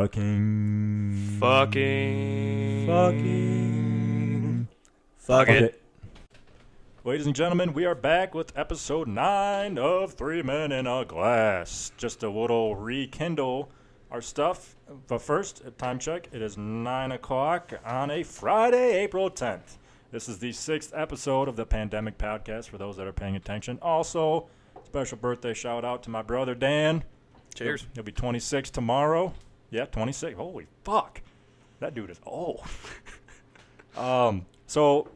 Fucking. Fucking. Fucking. Fuck Okay. it. Ladies and gentlemen, we are back with episode 9 of Three Men in a Glass. Just a little rekindle our stuff. But first, a time check. It is 9 o'clock on a Friday, April 10th. This is the sixth episode of the Pandemic Podcast for those that are paying attention. Also, special birthday shout out to my brother Dan. Cheers. He'll be 26 tomorrow. Yeah, 26. Holy fuck. That dude is old. um, so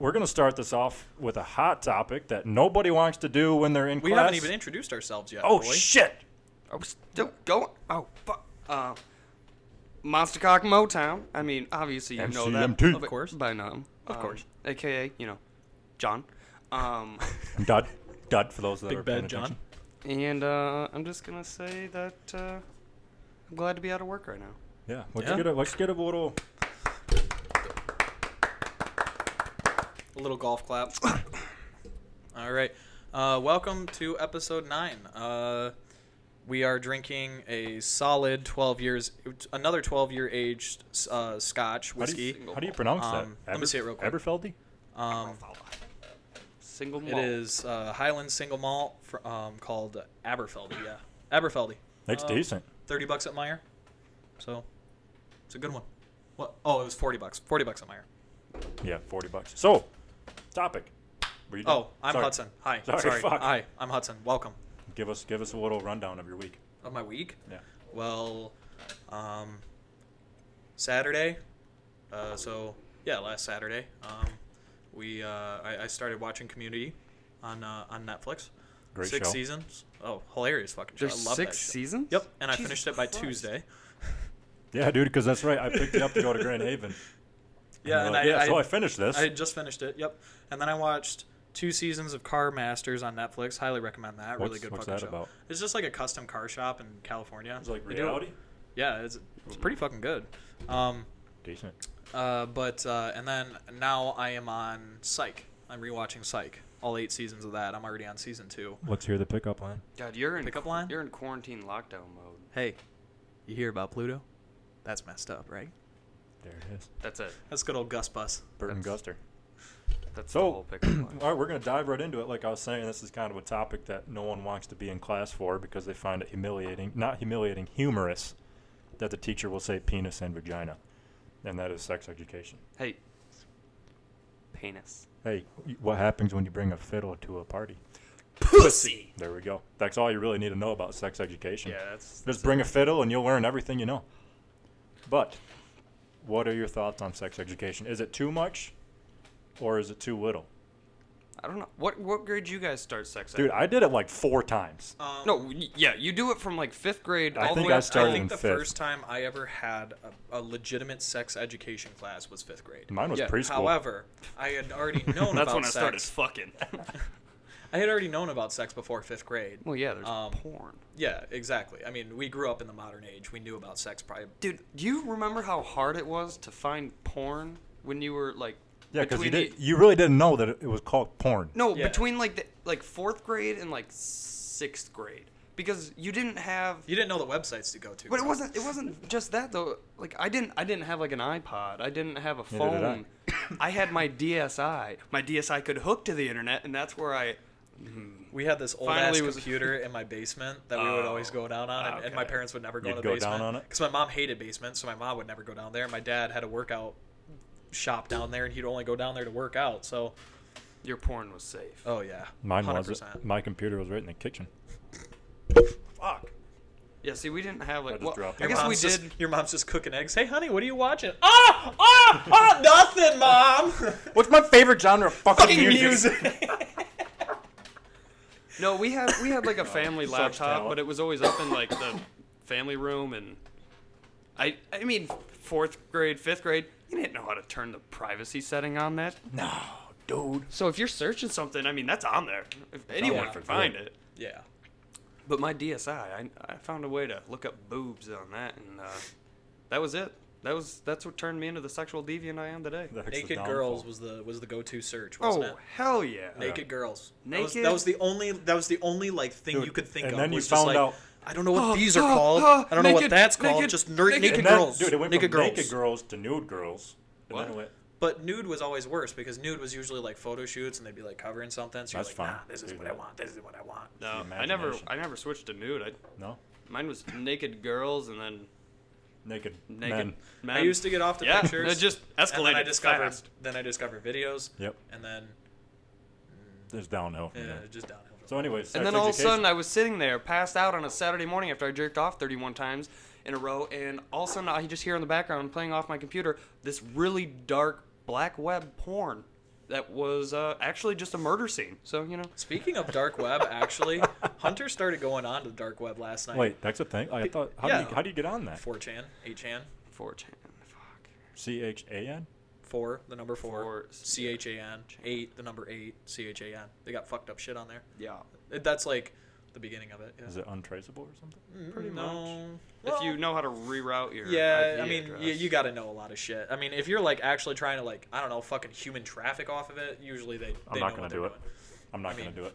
we're going to start this off with a hot topic that nobody wants to do when they're in We class. haven't even introduced ourselves yet. Oh boy. shit. I was still going. Oh, fuck. Uh, Monster Cock Motown. I mean, obviously you know that. MCMT. Of course. By now. Of Um, course. AKA, you know, John. Um, Dud. Dud for those that Big are paying bad John. attention. and uh, I'm just going to say that uh, I'm glad to be out of work right now. Yeah. Let's Yeah. get a let's get a little A little golf clap. All right. Uh, welcome to episode nine. Uh, we are drinking a solid 12 years, another 12 year aged uh, Scotch how do, whiskey. you, how do you pronounce Um, that? let me say it real quick. Aberfeldy? Um, Single it malt. is uh, Highland single malt fr- um, called Aberfeldy. Yeah, Aberfeldy. It's Um, decent. 30 bucks at Meyer. So it's a good one. What? Oh, it was 40 bucks. 40 bucks at Meyer. Yeah, 40 bucks. So, topic. Were you done? Oh, I'm Sorry. Hudson. Hi. Sorry, Sorry. fuck. Hi, I'm Hudson. Welcome. Give us give us a little rundown of your week. Of my week? Yeah. Well, um, Saturday. Uh, so yeah, last Saturday, um, we uh, I, I started watching Community on uh, on Netflix. Great six show. seasons. Oh, hilarious fucking show! There's I love six that show. seasons? Yep, and I Jesus finished it by Christ. Tuesday. Yeah, dude, because that's right. I picked it up to go to Grand Haven. Yeah, you're and like, I, yeah, I, so I finished this. I had just finished it. Yep, and then I watched two seasons of Car Masters on Netflix. Highly recommend that. really What's- good what's fucking that show. about? It's just like a custom car shop in California. It's like They do- reality. Yeah, it's, it's pretty fucking good. Um, Decent. Uh, but uh, and then now I am on Psych. I'm rewatching Psych. All eight seasons of that. I'm already on season two. Let's hear the pickup line. God, you're in, Pickup line? you're in quarantine lockdown mode. Hey, you hear about Pluto? That's messed up, right? There it is. That's it. That's good old Gus Bus. Burton That's- Guster. That's the whole So, pickup all line. right, we're going to dive right into it. Like I was saying, this is kind of a topic that no one wants to be in class for because they find it humiliating, not humiliating, humorous, that the teacher will say penis and vagina. And that is sex education. Hey, penis. Hey, y- what happens when you bring a fiddle to a party? Pussy. There we go. That's all you really need to know about sex education. Yeah, that's. Just bring a fiddle and you'll learn everything you know. But what are your thoughts on sex education? Is it too much or is it too little? I don't know. What what grade you guys start sex Dude, I did it like four times. Um, No, y- yeah, you do it from like fifth grade. I all the think way I up to- started I think in the fifth. first time I ever had a, a legitimate sex education class was fifth grade. Mine was yeah, preschool. However, I had already known That's about when I sex. started fucking. I had already known about sex before fifth grade. well, yeah, there's Um, porn. Yeah, exactly. I mean, we grew up in the modern age. We knew about sex probably Dude, do you remember how hard it was to find porn when you were like? Yeah, because you, between the- did, you really didn't know that it it was called porn. No, Yeah. between like the, like fourth grade and like sixth grade, because you didn't have. You didn't know the websites to go to. But it right? wasn't. It wasn't just that though. Like I didn't. I didn't have like an iPod. I didn't have a Neither did I. phone. I had my DSI. My DSI could hook to the internet, and that's where I. We had this old ass Finally was- Oh. computer in my basement that we would always go down on, and, and my okay. parents would never go You'd to the go down basement on it? because my mom hated basements, so my mom would never go down there. My dad had a workout shop down there, and he'd only go down there to work out. So, Your porn was safe. oh yeah, Mine 100%. wasn't. My computer was right in the kitchen. Fuck. Yeah, see, we didn't have like. just well, dropped I it. Your guess we mom's just- did. your mom's just cooking eggs. Hey, honey, what are you watching? Ah, ah, ah, nothing, mom. What's my favorite genre of fucking, No, we had we had like a family such laptop, talent. but it was always up in like the family room, and I I mean fourth grade, fifth grade, you didn't know how to turn the privacy setting on that. no, dude. So if you're searching something, I mean that's on there. If anyone Yeah. can find it. yeah, But my DSI, I, I found a way to look up boobs on that, and uh, that was it. That was that's what turned me into the sexual deviant I am today. That's the naked downfall. girls was the was the go to search, wasn't Oh it? hell yeah! Naked girls. That was- That Naked- was, the only. That was the only like thing Dude, you could think and of. then you was found just like, out- I don't know what these are called. I don't know what naked, that's called. naked, Just ner- naked, naked. And that- girls. Dude, it went naked from girls. naked girls to nude girls. And then What? it went, But nude was always worse because nude was usually like photo shoots and they'd be like covering something. So you're That's like, nah, fine. this is Do what I that. want. This is what I want. No, The I never, imagination. I never switched to nude. I, no? mine was naked girls and then Naked, naked men. men. I used to get off the yeah, pictures. it just and then I escalated discovered fast. then I discovered videos. Yep. And then It's downhill from yeah, there. just downhill. So anyway, sex And then all of a education. sudden, I was sitting there, passed out on a Saturday morning after I jerked off 31 times in a row, and all of a sudden, I just hear in the background, playing off my computer, this really dark black web porn that was uh, actually just a murder scene. So you know, Speaking of dark web, actually, Hunter started going on to the dark web last night. Wait, that's a thing? Oh, I thought, how, do Yeah. you, how do you get on that? 4chan, 8chan, 4chan, fuck. C-H-A-N? 4, the number 4, Four. C-H-A-N, 8, the number 8, C-H-A-N. They got fucked up shit on there. Yeah. That's like the beginning of it. Yeah. Mm. Is it untraceable or something? pretty no. if you know how to reroute your Yeah, IP I mean, address. you, you got to know a lot of shit. I mean, if you're like actually trying to like, I don't know, fucking human traffic off of it, usually they. I'm they not know gonna what they're do it. doing. I'm not I mean- going to do it.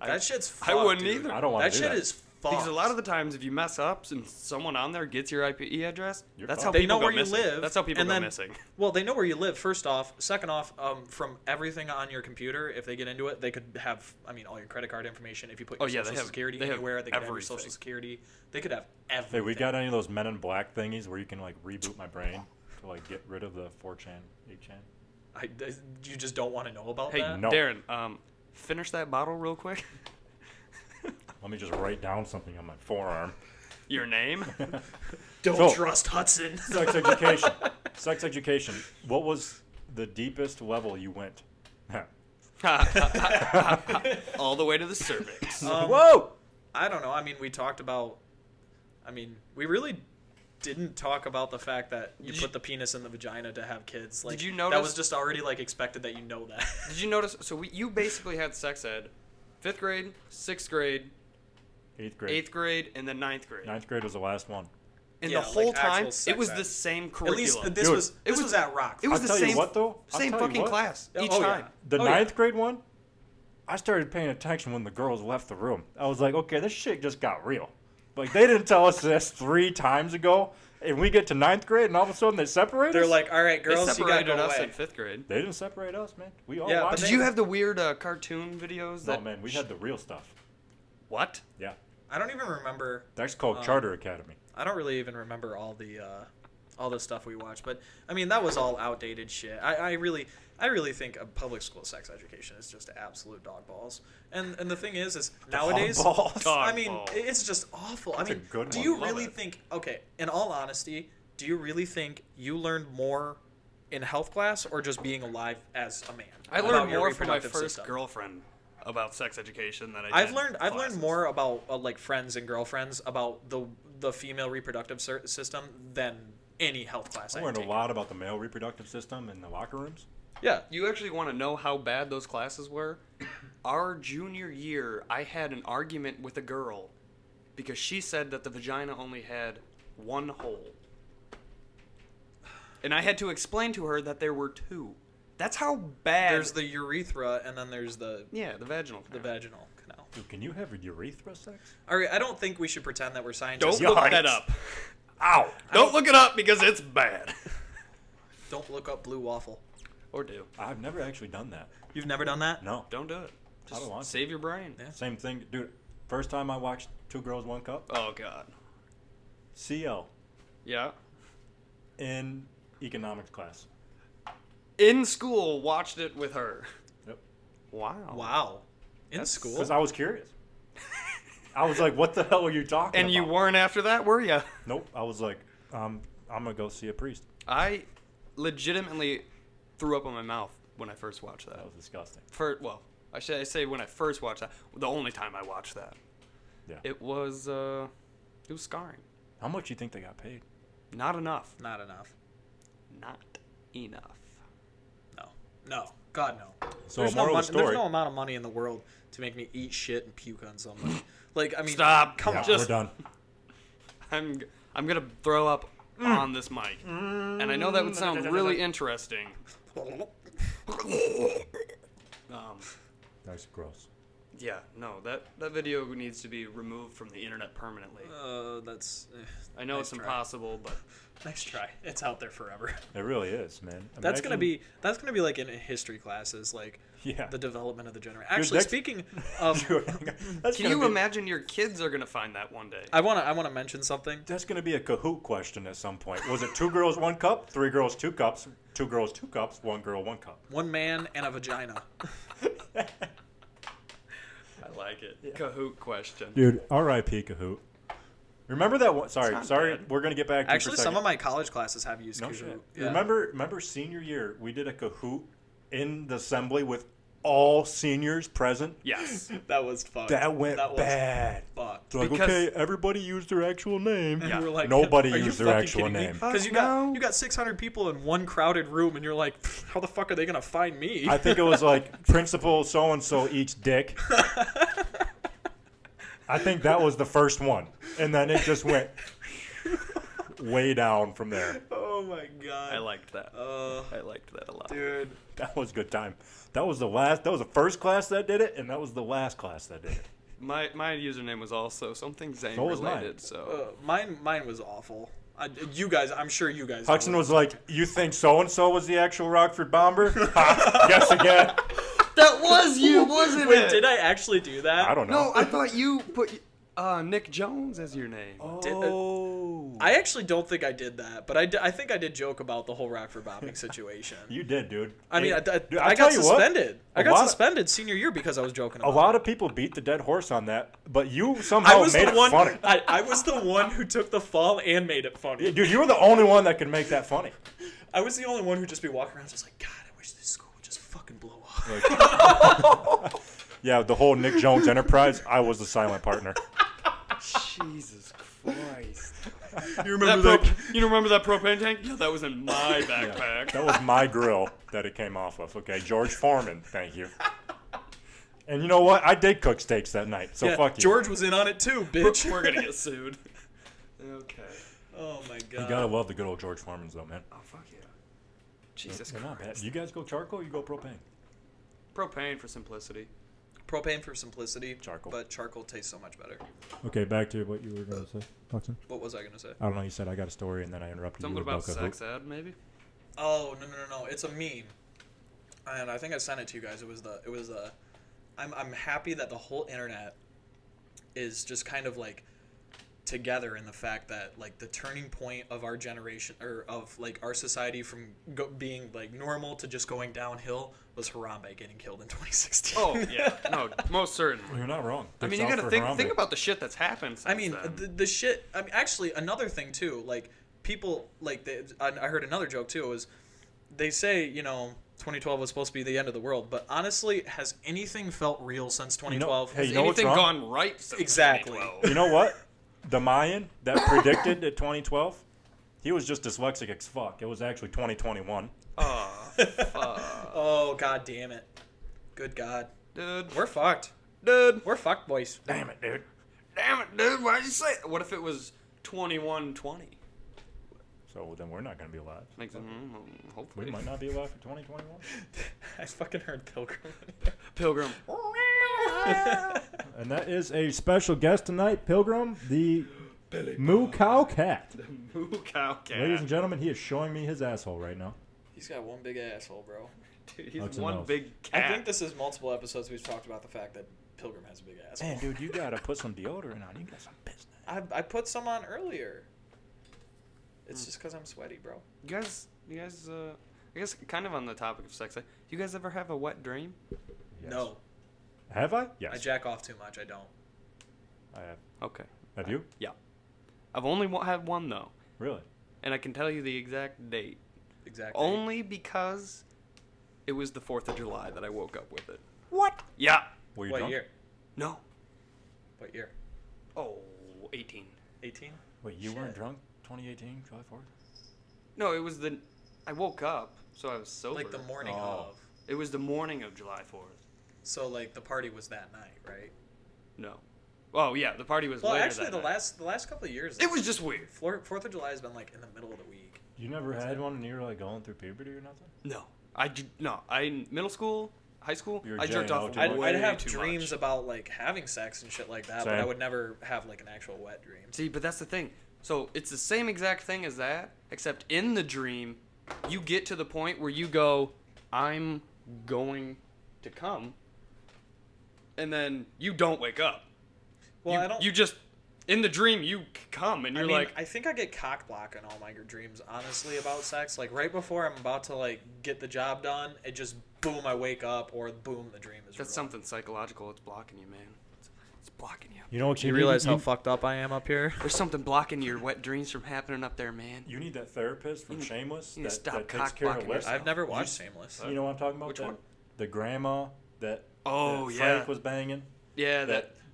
That shit's. Fucked, I wouldn't dude. either. I don't wanna That do shit that. is fucked. Because a lot of the times, if you mess up and someone on there gets your IP address, You're that's fucked. how they people know go where you missing. live. That's how people and go then, missing. Well, they know where you live first off. Second off, um, from everything on your computer, if they get into it, they could have. I mean, all your credit card information. If you put Oh, your yeah, they social have- security they have anywhere, they could have your social everything. security. They could have Hey, everything. we got any of those Men in Black thingies where you can like reboot my brain to like get rid of the 4chan, 8chan? I, you just don't want to know about Hey, that. no. Darren, um, finish that bottle real quick. Let me just write down something on my forearm. Your name? Don't So- trust Hudson. Sex education. Sex education. What was the deepest level you went? All the way to the cervix. Whoa! Um, I don't know. I mean, we talked about. I mean, we really didn't talk about the fact that you Did you- put the penis in the vagina to have kids. Like, you that was notice- just already like expected that you know that. Did you notice? So we, you basically had sex ed, fifth grade, sixth grade, Eighth grade. eighth grade, and then ninth grade. Ninth grade was the last one. And Yeah, the whole like actual time, sex it was ed. the same At curriculum. least this Dude. was It this was- was at rock. it was I'll the tell you same. what, though. I'll Same tell you fucking what. class Oh, each yeah. time. The Oh, yeah. ninth grade one, I started paying attention when the girls left the room. I was like, okay, this shit just got real. Like they didn't tell us this three times ago, and we get to ninth grade, and all of a sudden they separate They're us. like, all right, they girls, you gotta separated go us away. in fifth grade. they didn't separate us, man. We all Yeah, but watched. they- Did you have the weird uh, cartoon videos? No, That Oh, man, we had the real stuff. what? Yeah, I don't even remember. that's called Um, Charter Academy. I don't really even remember all the uh, all the stuff we watched. But I mean, that was all outdated shit. I, I really, I really think a public school sex education is just absolute dog balls. And and the thing is, is nowadays, balls. Dog I mean, balls. it's just awful. That's I a mean, good do one. you Love really it. think? Okay, in all honesty, do you really think you learned more in health class or just being alive as a man? I about learned your more from my reproductive first system? girlfriend about sex education than I. I've did learned I've learned classes. more about uh, like friends and girlfriends about the the female reproductive ser- system than any health class I I learned a take. lot about the male reproductive system in the locker rooms. Yeah, You actually want to know how bad those classes were? Our junior year, I had an argument with a girl because she said that the vagina only had one hole. And I had to explain to her that there were two. That's how bad. there's the urethra and then there's the yeah, the vaginal. the canal. vaginal canal. Dude, can you have urethra sex? All right, I don't think we should pretend that we're scientists. Don't Yikes. look that up. Ow! Don't look it up because it's bad. Don't look up blue waffle. or do. I've never actually done that. You've never done that? No. Don't do it. Just don't want to. save your brain. Yeah. Same thing, dude. First time I watched Two Girls One Cup. Oh God. CL Yeah. in economics class. In school, watched it with her. Yep. Wow. Wow. In That's- school? Because I was curious. I was like, "What the hell are you talking And you about?" weren't after that, were you? nope. I was like, um, "I'm gonna go see a priest." I legitimately threw up on my mouth when I first watched That that. was disgusting. First, well, I should I say when I first watched that, the only time I watched that. Yeah. It was uh, it was scarring. How much you think they got paid? Not enough. Not enough. Not enough. No. No. God no. So there's, moral no of the mon- there's story. no amount of money in the world to make me eat shit and puke on somebody. Like I mean, Stop. Come yeah, on. we're Just- done. I'm g- I'm gonna throw up Mm. on this mic, and I know that would sound really interesting. Um, That's gross. Yeah, no, that, that video needs to be removed from the internet permanently. Uh, that's. eh, I know nice it's try. impossible, but Nice try. It's out there forever. It really is, man. That's gonna Imagine- be that's gonna be like in history classes, like yeah. the development of the generation. Actually, next- speaking of, Dude, that's can gonna you be- imagine your kids are gonna find that one day? I wanna I wanna mention something. That's going to be a Kahoot question at some point. Was it two girls, one cup, three girls, two cups, two girls, two cups, one girl, one cup? One man and a vagina. I like it. Kahoot question. Dude, R.I.P. Kahoot. Remember that one? Sorry, not sorry. bad. We're going to get back to you for Actually, a some second. of my college classes have used No Kahoot. shit. Yeah. Remember, remember senior year, we did a Kahoot in the assembly with all seniors present? Yes. that was fucked. That went that was bad. Fucked. They're like, Because- okay, everybody used their actual name. Yeah. You were like, Nobody "Are you used their fucking actual kidding me?" name. Because you Fuck got no. you got 600 people in one crowded room, and you're like, how the fuck are they gonna find me? I think it was like principal so and so eats dick. I think that was the first one, and then it just went way down from there. oh my god. I liked that. Oh, I liked that a lot. dude. That was a good time. That was the last. That was the first class that did it, and that was the last class that did it. My my username was also something Zane So was mine. related, Uh, so mine mine was awful. I, you guys, I'm sure you guys. know Hudson it. was like, "You think so and so was the actual Rockford bomber?" Ha, yes, again. that was you, wasn't Uh. Wait, did I actually do that? I don't know. No, I thought you put uh, Nick Jones as your name. did- uh, oh, I actually don't think I did that, but I, d- I think I did joke about the whole Rockford bombing situation. you did, dude. I mean, I, I- Dude, I tell got you what, suspended. I a got lot of- suspended senior year because I was joking A about. lot of people beat the dead horse on that, but you somehow I was made the it one. funny. I, I was the one who took the fall and made it funny. Yeah, dude, you were the only one that could make that funny. I was the only one who'd just be walking around just like, God, I wish this school would just fucking blow up. Yeah, the whole Nick Jones enterprise, I was the silent partner. Jesus Christ. You That remember prop- you remember that propane tank? Yeah, that was in my backpack. That was my grill that it came off of. Okay, George Foreman, thank you. And you know what? I did cook steaks that night, so Yeah, Oh, fuck you. George was in on it too, bitch. We're gonna get sued. Okay. oh my god. you gotta love the good old George Foreman's though, man. Oh fuck yeah. Jesus They're not bad. Christ. You guys go charcoal, you go propane. Propane for simplicity. Propane for simplicity. Charcoal. But charcoal tastes so much better. Okay, back to what you were gonna say, Hudson. What was I gonna say? I don't know. You said I got a story, and then I interrupted Something you about about, sex ad, maybe? Oh no no no no! It's a meme, and I think I sent it to you guys. It was the it was the. I'm I'm happy that the whole internet is just kind of like together in the fact that like the turning point of our generation or of like our society from go- being like normal to just going downhill was Harambe getting killed in 2016. Oh yeah. No, most certainly. You're not wrong. I mean you gotta think think about the shit that's happened since I mean, then. the, the shit. I mean, actually, another thing too. Like people, like they, I, I heard another joke too. Was they say you know 2012 was supposed to be the end of the world, but honestly, has anything felt real since 2012? hey, Has you know what's anything wrong? gone right since Exactly. 2012? You know what? The Mayan that predicted that 2012, he was just dyslexic as fuck. It was actually 2021. Aw, fuck. oh god damn it! Good god, Dude. we're fucked. Dude. We're fucked, boys. Damn it, dude. Damn it, dude. Why'd you say What if it was 2120? So then we're not going to be alive. Like, mm, We hopefully. might not be alive for 2021. I fucking heard Pilgrim. Pilgrim. And that is a special guest tonight, Pilgrim, the Moo Cow Cat. Moo cow cat. Ladies and gentlemen, he is showing me his asshole right now. He's got one big asshole, bro. Dude, he's That's one enough. big I cat. think this is multiple episodes we've talked about the fact that Pilgrim has a big asshole. Man, dude, you got to put some deodorant on. You got some business. I, I put some on earlier. It's just because I'm sweaty, bro. You guys, you guys, uh, I guess kind of on the topic of sex, you guys ever have a wet dream? Yes. No, Have I? I Yes. jack off too much. I don't. I have. Okay. Have you? Yeah. I've only wa- had one, though, Really? and I can tell you the exact date. Exactly. Only because it was the 4th of July that I woke up with it. What? Yeah. Were you what drunk? year? No. What year? Oh, 18. 18. Wait, you weren't Shit. drunk? 2018, July 4th? No, it was the. I woke up, so I was sober. Like the morning Oh. of. It was the morning of July 4th. So like the party was that night, right? No. Oh yeah, the party was. Well, later actually, that the night. last the last couple of years, It was just weird. Four- Fourth of July has been like in the middle of the week. You never had one and you were like going through puberty or nothing? No, I ju- no. I in middle school. high school, You're I jerked Jane, off oh, I'd, dude. way I'd have too dreams much. about like having sex and shit like that, but I Same. would never have like an actual wet dream. See, but that's the thing. So it's the same exact thing as that, except in the dream, you get to the point where you go, I'm going to come. And then you don't wake up. Well, you, I don't. You just, in the dream, you c- come and I you're mean, like, I think I get cock block in all my dreams, honestly, about sex. Like right before I'm about to like get the job done, it just boom, I wake up, or boom, the dream is. that's ruined. something psychological. It's blocking you, man. It's, it's blocking you. You know what You need? realize how you, fucked up I am up here. There's something blocking your wet dreams from happening up there, man. you need that therapist from You need- Shameless you need that, to stop that takes cock care of blocking West. yourself. I've never You watched s- Shameless. uh, You know what I'm talking about? Which That- one? The grandma that. Oh, that yeah. Frank was banging. Yeah, that,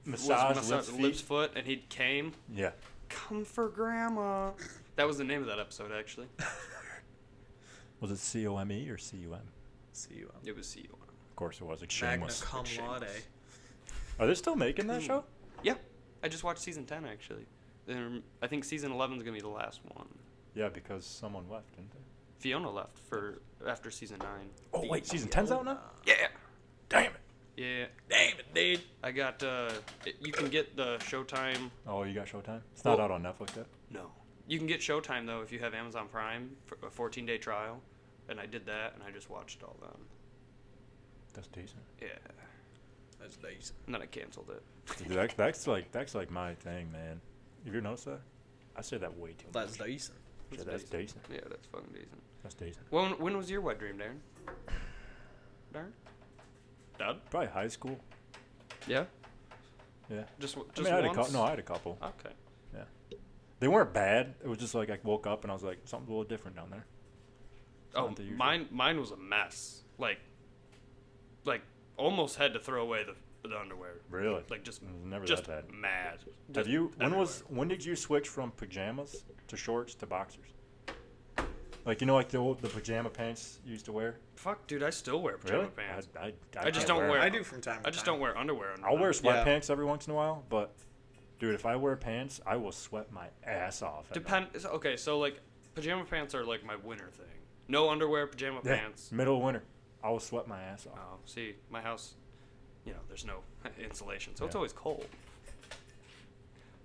That was massage massa- lips, feet. lips, foot, and he came. Yeah. Come for grandma. That was the name of that episode, actually. Was it C O M E or C U M? See you. It was CEO. Of course it was. It's Magna Shameless. cum laude. Shameless. Are they still making that Hmm. show? Yeah, I just watched season ten actually. Um, I think season eleven is gonna be the last one. Yeah, because someone left, didn't they? Fiona left for after season nine. Oh wait, season 10's out now. Yeah, Damn it! yeah. Damn it, dude. I got. Uh, it- you can get the Showtime. Oh, you got Showtime? It's Well- not out on Netflix yet. No, you can get Showtime though if you have Amazon Prime for a fourteen day trial, and I did that and I just watched all them. That's decent. Yeah, That's decent. and then I canceled it. Dude, that, that's like that's like my thing, man. Have you noticed that? I say that way too much. That's decent. Yeah, that's decent. Yeah, that's fucking decent. That's decent. When when was your wet dream, Darren? Darren? Dad? Probably high school. Yeah. Yeah. Just w- I just mean, I had a once. Uh. couple. No, I had a couple. Okay. Yeah. They weren't bad. It was just like I woke up and I was like something's a little different down there. Oh, Not the usual. mine mine was a mess. Like, like almost had to throw away the, the underwear. Really? Like just It was never just that bad. mad. Have Just you? When was? everywhere. When did you switch from pajamas to shorts to boxers? Like you know, like the old the pajama pants you used to wear. Fuck, dude, I still wear pajama Really? pants. I, I, I just can't don't wear- I do from time to time. I, just don't wear underwear. Under um, I'll wear them. sweatpants every once in a while, but dude, if I wear pants, I will sweat my ass off. at night. Depend. it's- Okay, so like pajama pants are like my winter thing. No underwear, pajama Yeah, pants. middle of winter, I will sweat my ass off. Oh, see, my house, you know, there's no insulation, so it's Yeah. always cold.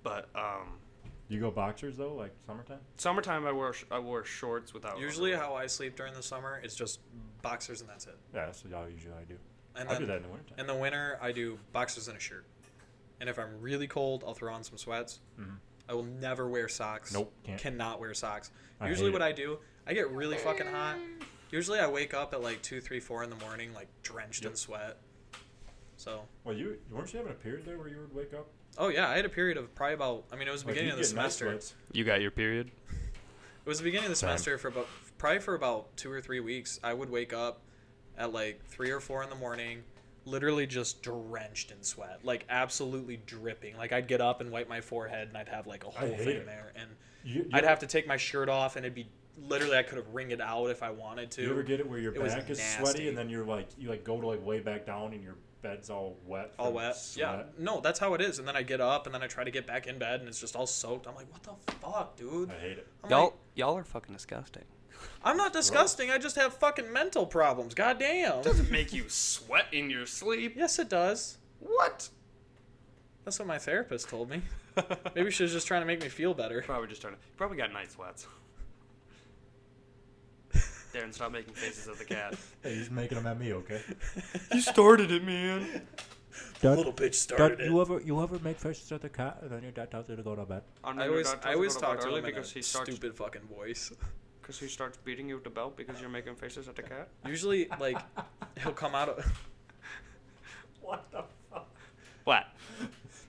But um, You go boxers though, like summertime. summertime, I wore sh- I wore shorts without. Usually, underwear. how I sleep during the summer is just boxers and that's it. Yeah, that's what I usually I do. And I then do that in the wintertime. in the winter, I do boxers and a shirt. And if I'm really cold, I'll throw on some sweats. Mm-hmm. I will never wear socks. Nope, can't. Cannot wear socks. I Usually, hate what it. I do, I get really fucking hot. Usually, I wake up at like two, three, four in the morning, like drenched in Yep. sweat. So, Well, you weren't you having a period there where you would wake up? oh yeah, I had a period of probably about. I mean, it was the Like, beginning you'd of the Oh, get night semester. sweats. you got your period. It was the beginning of the Same. semester for about probably for about two or three weeks. I would wake up at like three or four in the morning, literally just drenched in sweat, like absolutely dripping. Like I'd get up and wipe my forehead, and I'd have like a whole hate thing it. there, and You, you I'd have to take my shirt off, and it'd be literally I could have wringed it out if I wanted to. You ever get it where your It was back is nasty. sweaty and then you're like you like go to like way back down and your bed's all wet. all from wet? Yeah, sweat? no, that's how it is. And then I get up, and then I try to get back in bed, and it's just all soaked. I'm like, what the fuck, dude? I hate it. I'm like, Y'all y'all are fucking disgusting. I'm not disgusting. I just have fucking mental problems. God damn. Doesn't make you sweat in your sleep. Yes, it does. What? That's what my therapist told me. Maybe she was just trying to make me feel better. Probably just trying to. Probably got night sweats. Darren, stop making faces at the cat. Hey, he's making them at me, okay? you started it, man. Little bitch started it. ever you ever make faces at the cat and then your dad tells you to go to bed? I always, I always talk to early him in a because he starts stupid fucking voice. because he starts beating you with the belt because you're making faces at the cat. Usually, like, he'll come out of. What the fuck? What?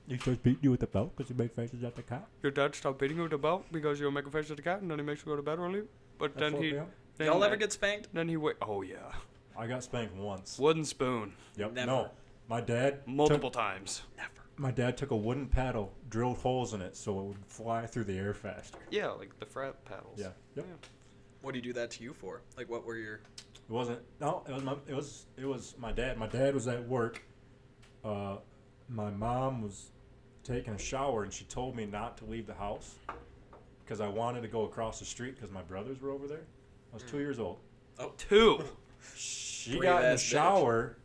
You just beat you with the belt because you make faces at the cat. Your dad stopped beating you with the belt because you're making faces at the cat, and then he makes you go to bed early. But At then 4 he, p.m.? then Y'all ever I- get spanked? Then he wait. Oh yeah, I got spanked once. wooden spoon Yep. Never. No, my dad multiple Took, times. Never. my dad took a wooden paddle, drilled holes in it so it would fly through the air faster. Yeah, like the frat paddles. Yeah. Yep. What do you do that to you for? Like, what were your. It wasn't. No, it was my. It was. It was my dad. My dad was at work. Uh, my mom was taking a shower, and she told me not to leave the house because I wanted to go across the street because my brothers were over there. I was two years old. Oh, Two. She Brave got in the ass bitch. shower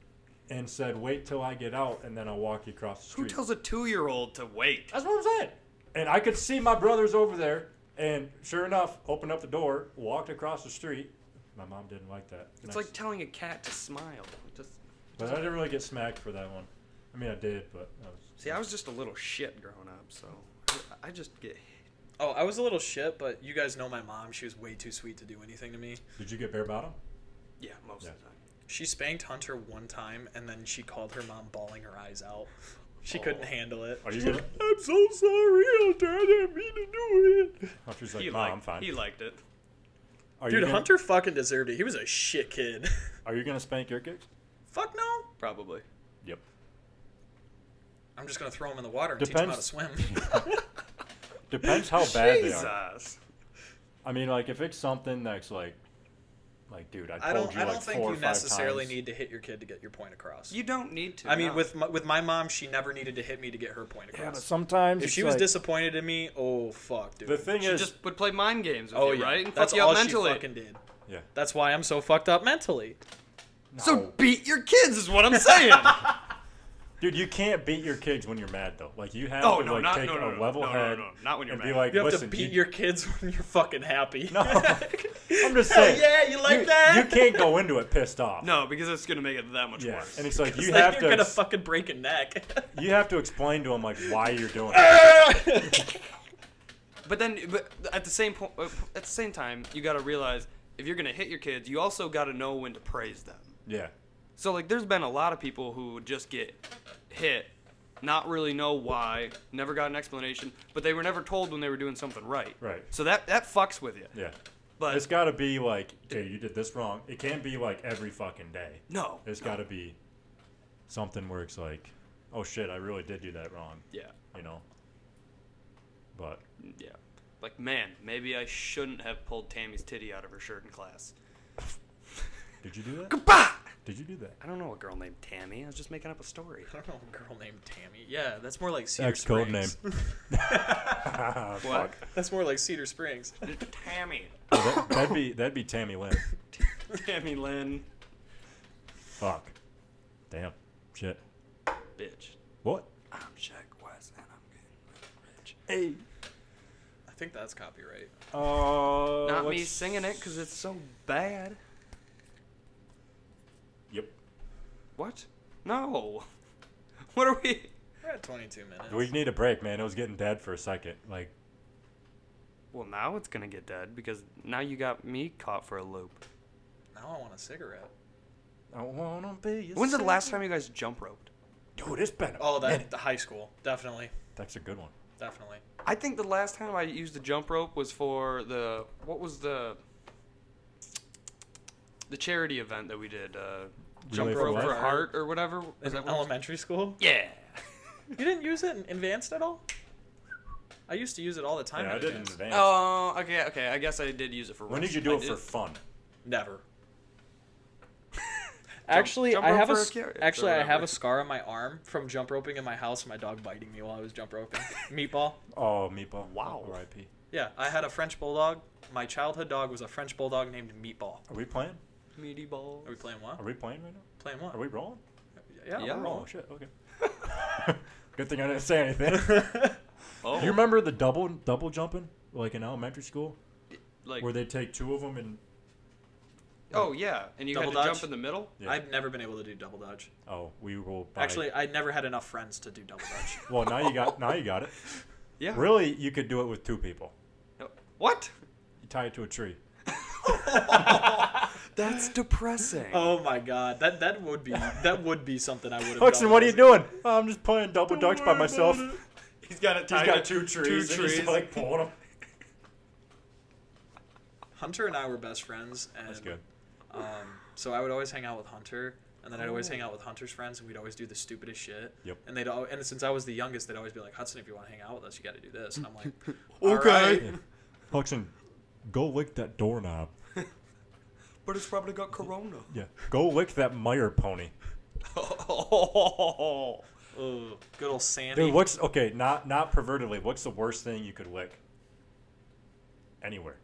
and said, "Wait till I get out, and then I'll walk you across the Who street." tells a two-year-old to wait? That's what I'm saying. And I could see my brothers over there, and sure enough, opened up the door, walked across the street. My mom didn't like that. It's Next- like telling a cat to smile. It Just but I didn't really get smacked for that one. I mean, I did, but I was. see, I was just a little shit growing up, so I just get. Oh, I was a little shit, but you guys know my mom. She was way too sweet to do anything to me. Did you get bare bottom? Yeah, most Yeah. of the time. She spanked Hunter one time, and then she called her mom bawling her eyes out. She Oh. couldn't handle it. Are you gonna? I'm so sorry, Hunter. I didn't mean to do it. Hunter's like, he Mom, liked, I'm fine. He liked it. Are you Dude, gonna, Hunter fucking deserved it. He was a shit kid. Are you gonna spank your kids? Fuck no. Probably. Yep. I'm just gonna throw him in the water and Depends. teach him how to swim. Depends how bad they are. Jesus. I mean, like if it's something that's like, like, dude, I told I don't. you I don't like think four you or five necessarily times. need to hit your kid to get your point across. You don't need to. I mean, no. with my, with my mom, she never needed to hit me to get her point Yeah, but across. sometimes if it's she was like- disappointed in me, oh fuck, dude. The thing she is, just would play mind games with oh you, yeah, right? And that's fuck you all up mentally. she fucking did. yeah. That's why I'm so fucked up mentally. So No. beat your kids is what I'm saying. Dude, you can't beat your kids when you're mad though. Like you have Oh, to no, like not- take no, no, a no, level no, no, head no, not when you're and be mad. like, You have listen, to beat you- your kids when you're fucking happy. No. I'm just Hell saying. Oh, yeah, you like you, that? You can't go into it pissed off. no, because it's gonna make it that much Yeah, worse. and it's like It's you like have you're to gonna ex- fucking break a neck. you have to explain to them like why you're doing it. But then, but at the same point, at the same time, you got to realize if you're gonna hit your kids, you also got to know when to praise them. Yeah. So like, there's been a lot of people who would just get hit, not really know why, never got an explanation, but they were never told when they were doing something right. Right. So that that fucks with you. Yeah. But It's got to be like, okay, you did this wrong. It can't be like every fucking day. no, There's no. got to be something where it's like, oh shit, I really did do that wrong, Yeah, you know. But yeah. Like man, maybe I shouldn't have pulled Tammy's titty out of her shirt in class. did you do that? Goodbye. Did you do that? I don't know a girl named Tammy. I was just making up a story. I don't know a girl named Tammy. Yeah, that's more like Cedar That's code Springs. What? that's more like Cedar Springs. Tammy. Well, that, would be that'd be Tammy Lynn. Tammy Lynn. Fuck. Damn. Shit. Bitch. What? I'm Jack West and I'm getting rich. Hey. I think that's copyright. Uh, Not me let's- singing it because it's so bad. Yep. What? No. What are we? We're at 22 minutes. We need a break, man. It was getting dead for a second. Like, Well, now it's gonna get dead because now you got me caught for a loop. Now I want a cigarette. I wanna be. a When's the last singer. time you guys jump roped? Dude, it's been. a Oh, that minute. the high school, definitely, That's a good one. definitely. I think the last time I used the jump rope was for the what was the the charity event that we did. Uh, jump Relay for rope for Life? heart or whatever. Is that In what it was? elementary school, Yeah. you didn't use it in advanced at all. I used to use it all the time. yeah, in I did in advanced. advance. Oh, okay, okay. I guess I did use it for. when ropes. did you do I it for fun? Never. Actually, jump I rope have a for a s- carrot or actually I have whatever. a scar on my arm from jump roping in my house. and My dog biting me while I was jump roping. Meatball. Oh, meatball. Wow. R.I.P. Yeah, I had a French bulldog. My childhood dog was a French bulldog named Meatball. Are we playing? Meaty ball. Are we playing what? Are we playing right now? Playing what? Are we rolling? yeah, Yeah. Oh we're rolling. shit. Okay. good thing I didn't say anything. Oh, You remember the double double jumping, like in elementary school, like where they take two of them and oh yeah, and you had to Double dodge? jump in the middle. Yeah. I've never been able to do double dodge. oh, we will. buy- Actually, I never had enough friends to do double dodge. well now you got now you got it. Yeah. Really, you could do it with two people. No- What? You tie it to a tree. That's depressing. oh my god, that that would be that would be something I would have. Huxon, done what are you as a- doing? "Oh, I'm just playing double ducks by myself. he's got it tied. to Two trees. pulling them. Hunter and I were best friends, and That's good. Um, so I would always hang out with Hunter, and then I'd always Oh. hang out with Hunter's friends, and we'd always do the stupidest shit. Yep. And they'd all, and since I was the youngest, they'd always be like, Hudson, if you want to hang out with us, you got to do this. And I'm like, "All Okay. right." Huxon, go lick that doorknob. But it's probably got corona. Yeah, go lick that Meyer pony. Oh. Ugh, good old Sandy. Dude, what's okay? Not not pervertedly. What's the worst thing you could lick? Anywhere,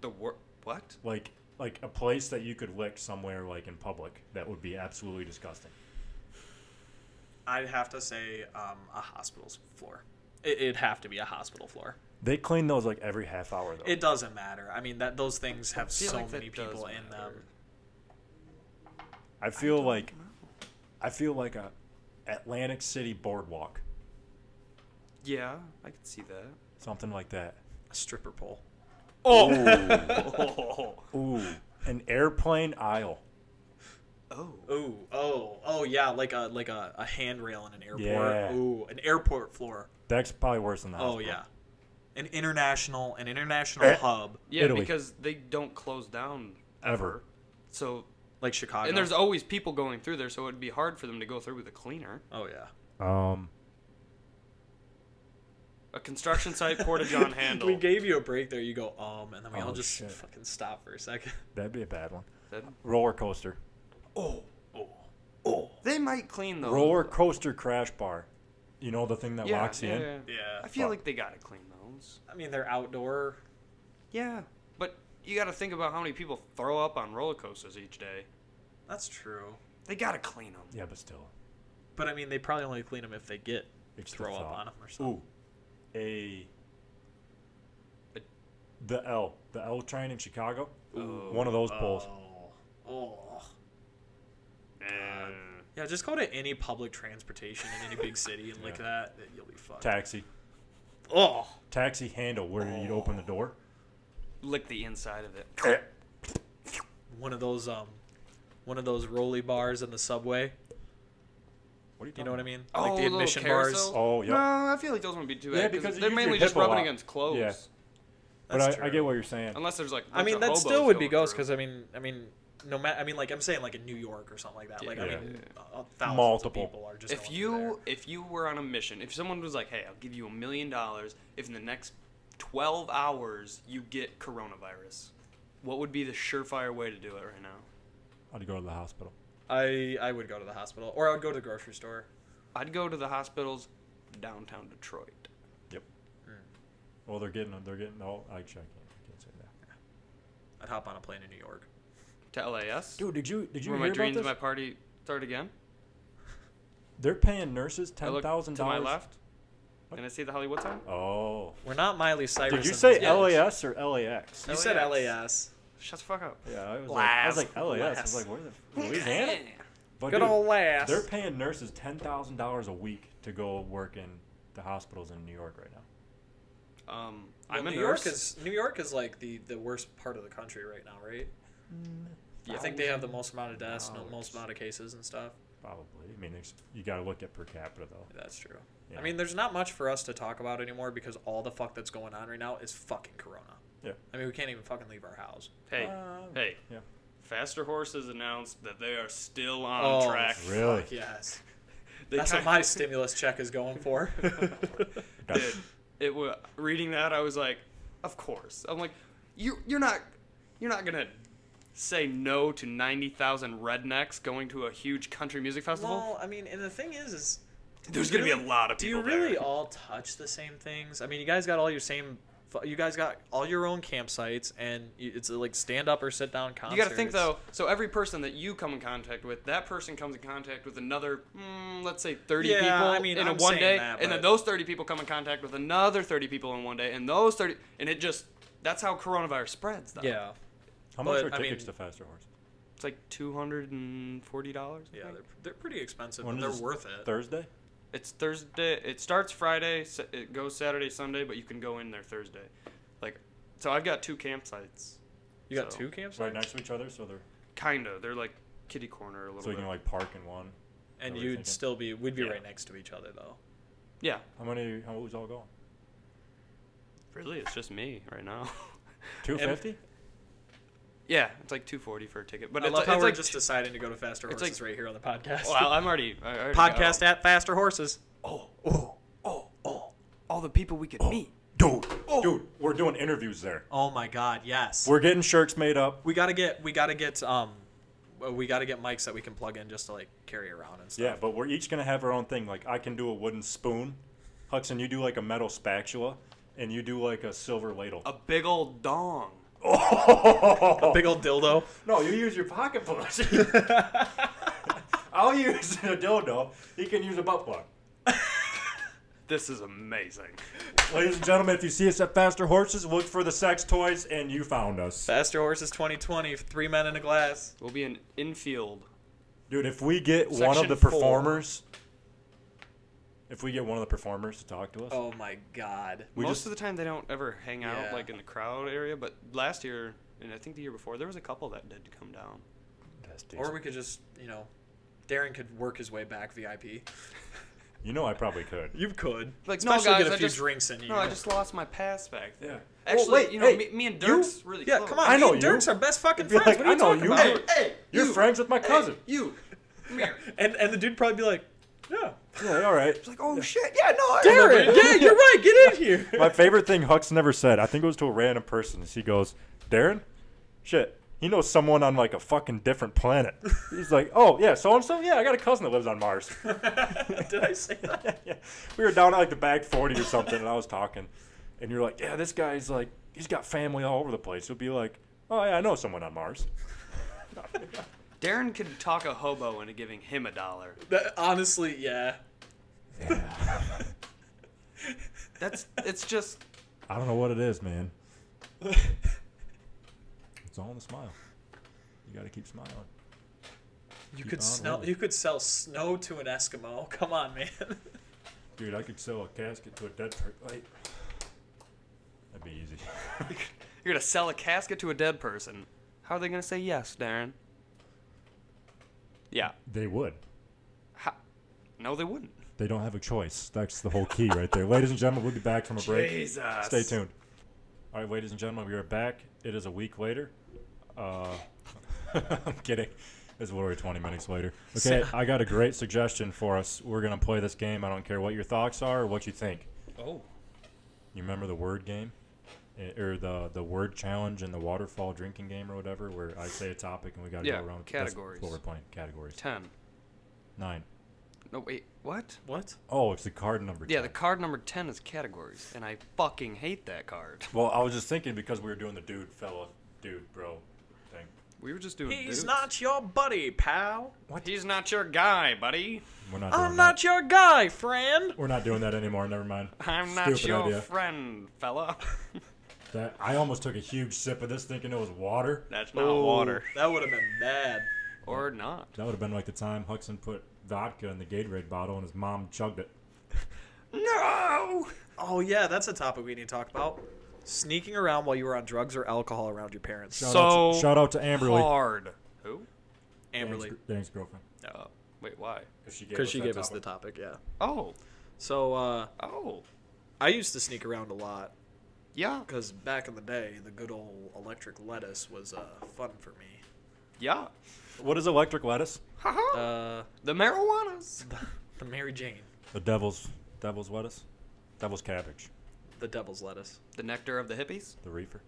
the wor- What? like like a place that you could lick somewhere like in public that would be absolutely disgusting. I'd have to say um, a hospital's floor. It, it'd have to be a hospital floor. They clean those like every half hour though. It doesn't matter. I mean that those things have feel so like that many does people in them. matter. I feel like I feel like a Atlantic City boardwalk, Yeah, I can see that. something like that. A stripper pole. Oh. Ooh, an airplane aisle. oh. Ooh, oh, oh yeah, like a like a, a handrail in an airport. Yeah. Ooh, an airport floor. That's probably worse than that. Oh yeah. An international an international Eh. hub Yeah, Italy. because they don't close down. Ever. So like Chicago. and there's always people going through there, so it'd be hard for them to go through with a cleaner. Oh yeah. Um, A construction site porta john handle. We gave you a break there. You go um, and then we Oh, all just shit. fucking stop for a second. that'd be a bad one. That- Roller coaster. Oh, oh, oh. they might clean those. Roller coaster crash bar. You know the thing that yeah, locks you yeah, in. yeah. Yeah. I feel Fuck. like they gotta clean those. I mean, they're outdoor. Yeah, but you gotta think about how many people throw up on roller coasters each day. That's true. They gotta clean them. Yeah, but still, But I mean, they probably only clean them if they get It's the throw up thought. on them or something. Ooh, a A- the L, the L train in Chicago. Ooh. One of those poles. Oh. oh. Eh. Yeah, just go to any public transportation in any big city and like that, that you'll be fucked. Taxi, oh. taxi handle where you'd open the door. Lick the inside of it. One of those um, one of those rolly bars in the subway. What do You know what I mean? Oh, like the little admission carousel? bars. Oh, No, yeah. I feel like those wouldn't be too bad. Yeah, because because you they're use mainly your just hip a rubbing lot. against clothes. Yeah. But That's I, I true. get what you're saying. Unless there's like. a I bunch mean, of that hobos still would be going ghost through. because I mean, I mean, no matter. I mean, like I'm saying, like in New York or something like that. Like I Yeah. mean, uh, thousands Multiple. of people are just. If going through there. you if you were on a mission, if someone was like, "Hey, I'll give you a million dollars if in the next 12 hours you get coronavirus," what would be the surefire way to do it right now? I'd go to the hospital. I I would go to the hospital, or I would go to the grocery store. I'd go to the hospitals downtown Detroit. Yep. Well, they're getting they're getting. Oh, actually, I can't, I can't say that. I'd hop on a plane to New York. To LAS. Dude, did you did you where hear my about dreams, this? my party start again. They're paying nurses I ten look thousand to my dollars. left, and I see the Hollywood sign. Oh. We're not Miley Cyrus. Did you and say these Yeah. guys. LAS or LAX? You said LAX. LAS. Shut the fuck up. Yeah, I was, like, I was like LAS. I was Last. like, where the Louisiana? But Good dude, old LAS. They're paying nurses ten thousand dollars a week to go work in the hospitals in New York right now. Um, Well, I'm a New nurse. York is New York is like the the worst part of the country right now, right? Mm, I think they have the most amount of deaths, no, most dollars. amount of cases and stuff. Probably. I mean, it's, you got to look at per capita though. That's true. Yeah. I mean, there's not much for us to talk about anymore because all the fuck that's going on right now is fucking corona. Yeah. I mean, we can't even fucking leave our house. Hey, Uh, hey, Yeah. Faster Horses announced that they are still on Oh, track. Really? Fuck yes. They That's what kind- my stimulus check is going for. Got did. It was reading that I was like, of course. I'm like, you you're not you're not gonna say no to ninety thousand rednecks going to a huge country music festival. well, I mean, and the thing is, is There's do you gonna be a really- lot of Do you people there. really all touch the same things? I mean, you guys got all your same. fu- You guys got all your own campsites, and you, it's like stand up or sit down concerts. you got to think though. So every person that you come in contact with, that person comes in contact with another, mm, let's say thirty Yeah, people I mean, in a I'm one saying day, that, and then but- those thirty people come in contact with another thirty people in one day, and those thirty, and it just that's how coronavirus spreads. Though. Yeah, How much But, are I mean- tickets to Faster Horse? it's like two hundred and forty dollars. yeah, they're, they're pretty expensive, When but they're is worth it. Thursday. It's Thursday. It starts Friday. s- It goes Saturday, Sunday, but you can go in there Thursday. Like, so I've got two campsites. you got so- two campsites, Right next to each other, so they're Kinda. They're like kitty corner a little so you bit. can like park in one. and What were you'd you thinking? still be we'd be Yeah. right next to each other though. yeah. How many? How was all going? Really, it's just me right now. Two fifty. yeah, it's like two forty for a ticket. But I it's, love it's how we're like just deciding to go to faster it's horses right here on the podcast. Well, I'm already. I already podcast got at faster horses. all- Oh, oh, oh, oh! All the people we could meet. Dude, dude, we're doing interviews there. Oh my god, yes. We're getting shirts made up. we gotta get we gotta get um we gotta get mics that we can plug in just to like carry around and stuff. Yeah, but we're each gonna have our own thing. Like I can do a wooden spoon, Huxon. You do like a metal spatula, and you do like a silver ladle. A big old dong. Oh, Big old dildo. no, you use your pocket punch. I'll use a dildo. He can use a butt plug. This is amazing. Ladies and gentlemen, if you see us at Faster Horses, look for the sex toys, and you found us. Faster Horses 2020, Three Men in a Glass. We'll be an infield. Dude, if we get one of Section the four. performers, if we get one of the performers to talk to us, Oh my god. we Most just of the time they don't ever hang out Yeah. like in the crowd area, but last year and I think the year before there was a couple that did come down. That's Or decent. we could just, you know, Darren could work his way back VIP. you know I probably could. You could. Like, no, Especially guys, get a I few just- drinks in you. No, I just lost my pass back there. Yeah. Actually, Well, wait, you know, hey, me, me and you- Dirk's really yeah, close. come on. I me know and you. Dirk's are best fucking It'd be friends. like, what are you I know talking you. about? Hey, You're you- friends with my cousin. Hey, you, come here. And and the dude probably be like, yeah. Yeah, all right. Like, oh shit, yeah, no, I Darren, yeah, you're right. Get in here. My favorite thing Hux never said, I think it was to a random person, is he goes, Darren, shit, he knows someone on like a fucking different planet. He's like, oh, yeah, so and so? Yeah, I got a cousin that lives on Mars. Did I say that? yeah. We were down at like the back 40 or something, and I was talking, and you're like, yeah, this guy's like, he's got family all over the place. He'll be like, oh, yeah, I know someone on Mars. Darren could talk a hobo into giving him a dollar. That- honestly, yeah. That's it's just I don't know what it is, man. It's all in the smile. You got to keep smiling. You Keep could on smell. rolling. You could sell snow to an Eskimo. Come on, man. Dude, I could sell a casket to a dead person. Wait. That'd be easy. you're gonna sell a casket to a dead person. How are they gonna say yes, Darren? Yeah. they would. How? No, they wouldn't. They don't have a choice. That's the whole key right there. ladies and gentlemen, we'll be back from a break. Jesus. Stay tuned. All right, ladies and gentlemen, we are back. It is a week later. Uh, I'm kidding. It's literally 20 minutes later. Okay, I got a great suggestion for us. We're going to play this game. I don't care what your thoughts are or what you think. Oh. You remember the word game? Eh, Or the, the word challenge and the waterfall drinking game or whatever, where I say a topic and we got to Yeah, go around. categories. That's what we're playing. Categories. Ten. Nine. No, wait. What? What? Oh, it's the card number. Yeah, the ten. card number ten is categories, and I fucking hate that card. Well, I was just thinking because we were doing the dude, fella, dude, bro thing. We were just doing. He's dudes. not your buddy, pal. He's not your guy, buddy. We're not. Doing I'm that. not your guy, friend. We're not doing that anymore. Never mind. I'm not Stupid your idea. friend, fella. That I almost took a huge sip of this, thinking it was water. That's not water. That would have been bad. Or not. That would have been like the time Huxon put vodka in the Gatorade bottle and his mom chugged it. No. Oh yeah, that's a topic we need to talk about. Sneaking around while you were on drugs or alcohol around your parents. Shout out So to, shout out to Amberly, Hard. Who? Amberly, Dan's girlfriend, Uh, wait, why? because she because she that gave us the topic. topic. Yeah. Oh. So uh, Oh. I used to sneak around a lot Yeah. because back in the day, the good old electric lettuce was uh, fun for me. Yeah. What is electric lettuce? Haha. Uh, the marijuanas. the Mary Jane, The devil's devil's lettuce, devil's cabbage, the devil's lettuce. The nectar of the hippies. the reefer,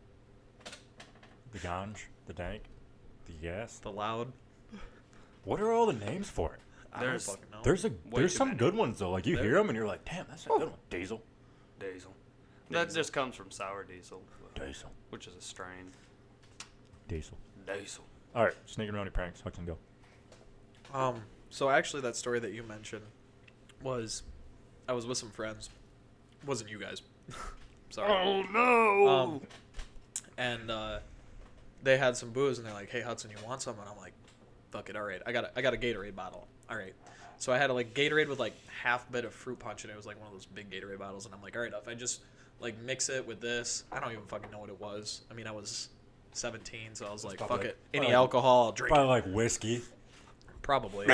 the ganj, the dank, the gas. The loud. What are all the names for it? I don't There's- fucking know. There's a there's too some many. good ones though. Like you hear There- 'em hear them and you're like, damn, that's a good one. Diesel, Diesel. That just comes from sour diesel, diesel, which is a strain. diesel. Diesel. All right, sneaking around your parents. Huxon, go. Um, so actually, that story that you mentioned was I was with some friends. Wasn't you guys? Sorry. Oh, no. Um, and uh, they had some booze, and they're like, "Hey, Hudson, you want some?" And I'm like, "Fuck it, all right. I got a, I got a Gatorade bottle. All right." So I had a like Gatorade with like half bit of fruit punch, and it was like one of those big Gatorade bottles. And I'm like, "All right, if I just like mix it with this, I don't even fucking know what it was. I mean, I was 17, so I was like, probably fuck like- it. Any probably- alcohol, I'll drink it." Probably like whiskey. probably."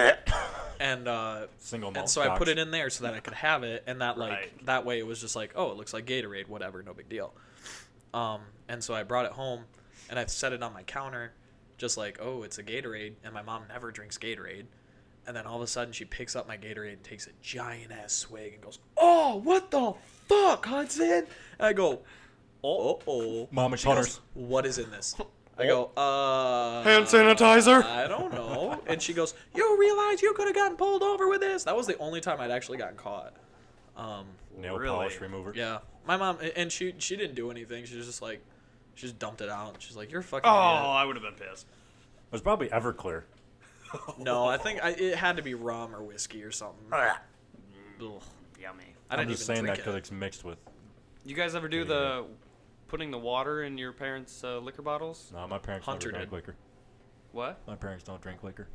and uh, Single malt. and so I put it in there so that I could have it, and that like Right. that way it was just like, oh, it looks like Gatorade, whatever, no big deal. Um, and so I brought it home, and I set it on my counter, just like, oh, it's a Gatorade, and my mom never drinks Gatorade, and then all of a sudden she picks up my Gatorade and takes a giant ass swig and goes, oh, what the fuck, Hudson? And I go, oh, oh, Mama She goes, Connors. what is in this? I go, uh, Hand sanitizer? I don't know. And she goes, "You realize you could have gotten pulled over with this?" That was the only time I'd actually gotten caught. Um, Nail Really? polish remover. yeah, my mom and she she didn't do anything. She was just like, She just dumped it out. and She's like, "You're a fucking." Oh, idiot." I would have been pissed. It was probably Everclear. no! I think I, it had to be rum or whiskey or something. Ugh. Yummy. I I'm didn't just even saying that drink because it. it's mixed with. You guys ever do the putting the water in your parents' uh, liquor bottles? No, my parents Hunter never did. drank liquor. What? My parents don't drink liquor.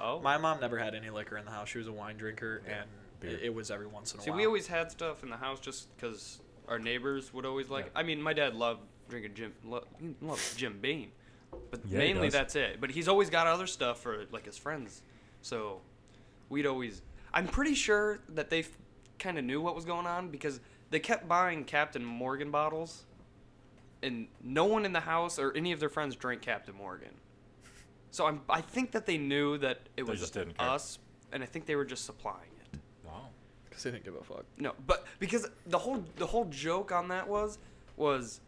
Oh. My mom never had any liquor in the house. She was a wine drinker, and beer. it, it was every once in a See, while. we always had stuff in the house just because our neighbors would always like. Yeah. I mean, my dad loved drinking Jim, lo- loves Jim Beam, but Yeah, he mainly does. that's it. But he's always got other stuff for like his friends, so we'd always. I'm pretty sure that they kind of knew what was going on because they kept buying Captain Morgan bottles, and no one in the house or any of their friends drank Captain Morgan. So I'm, I think that they knew that it was just didn't care. us, and I think they were just supplying it. Wow. because they didn't give a fuck. No, but because the whole the whole joke on that was was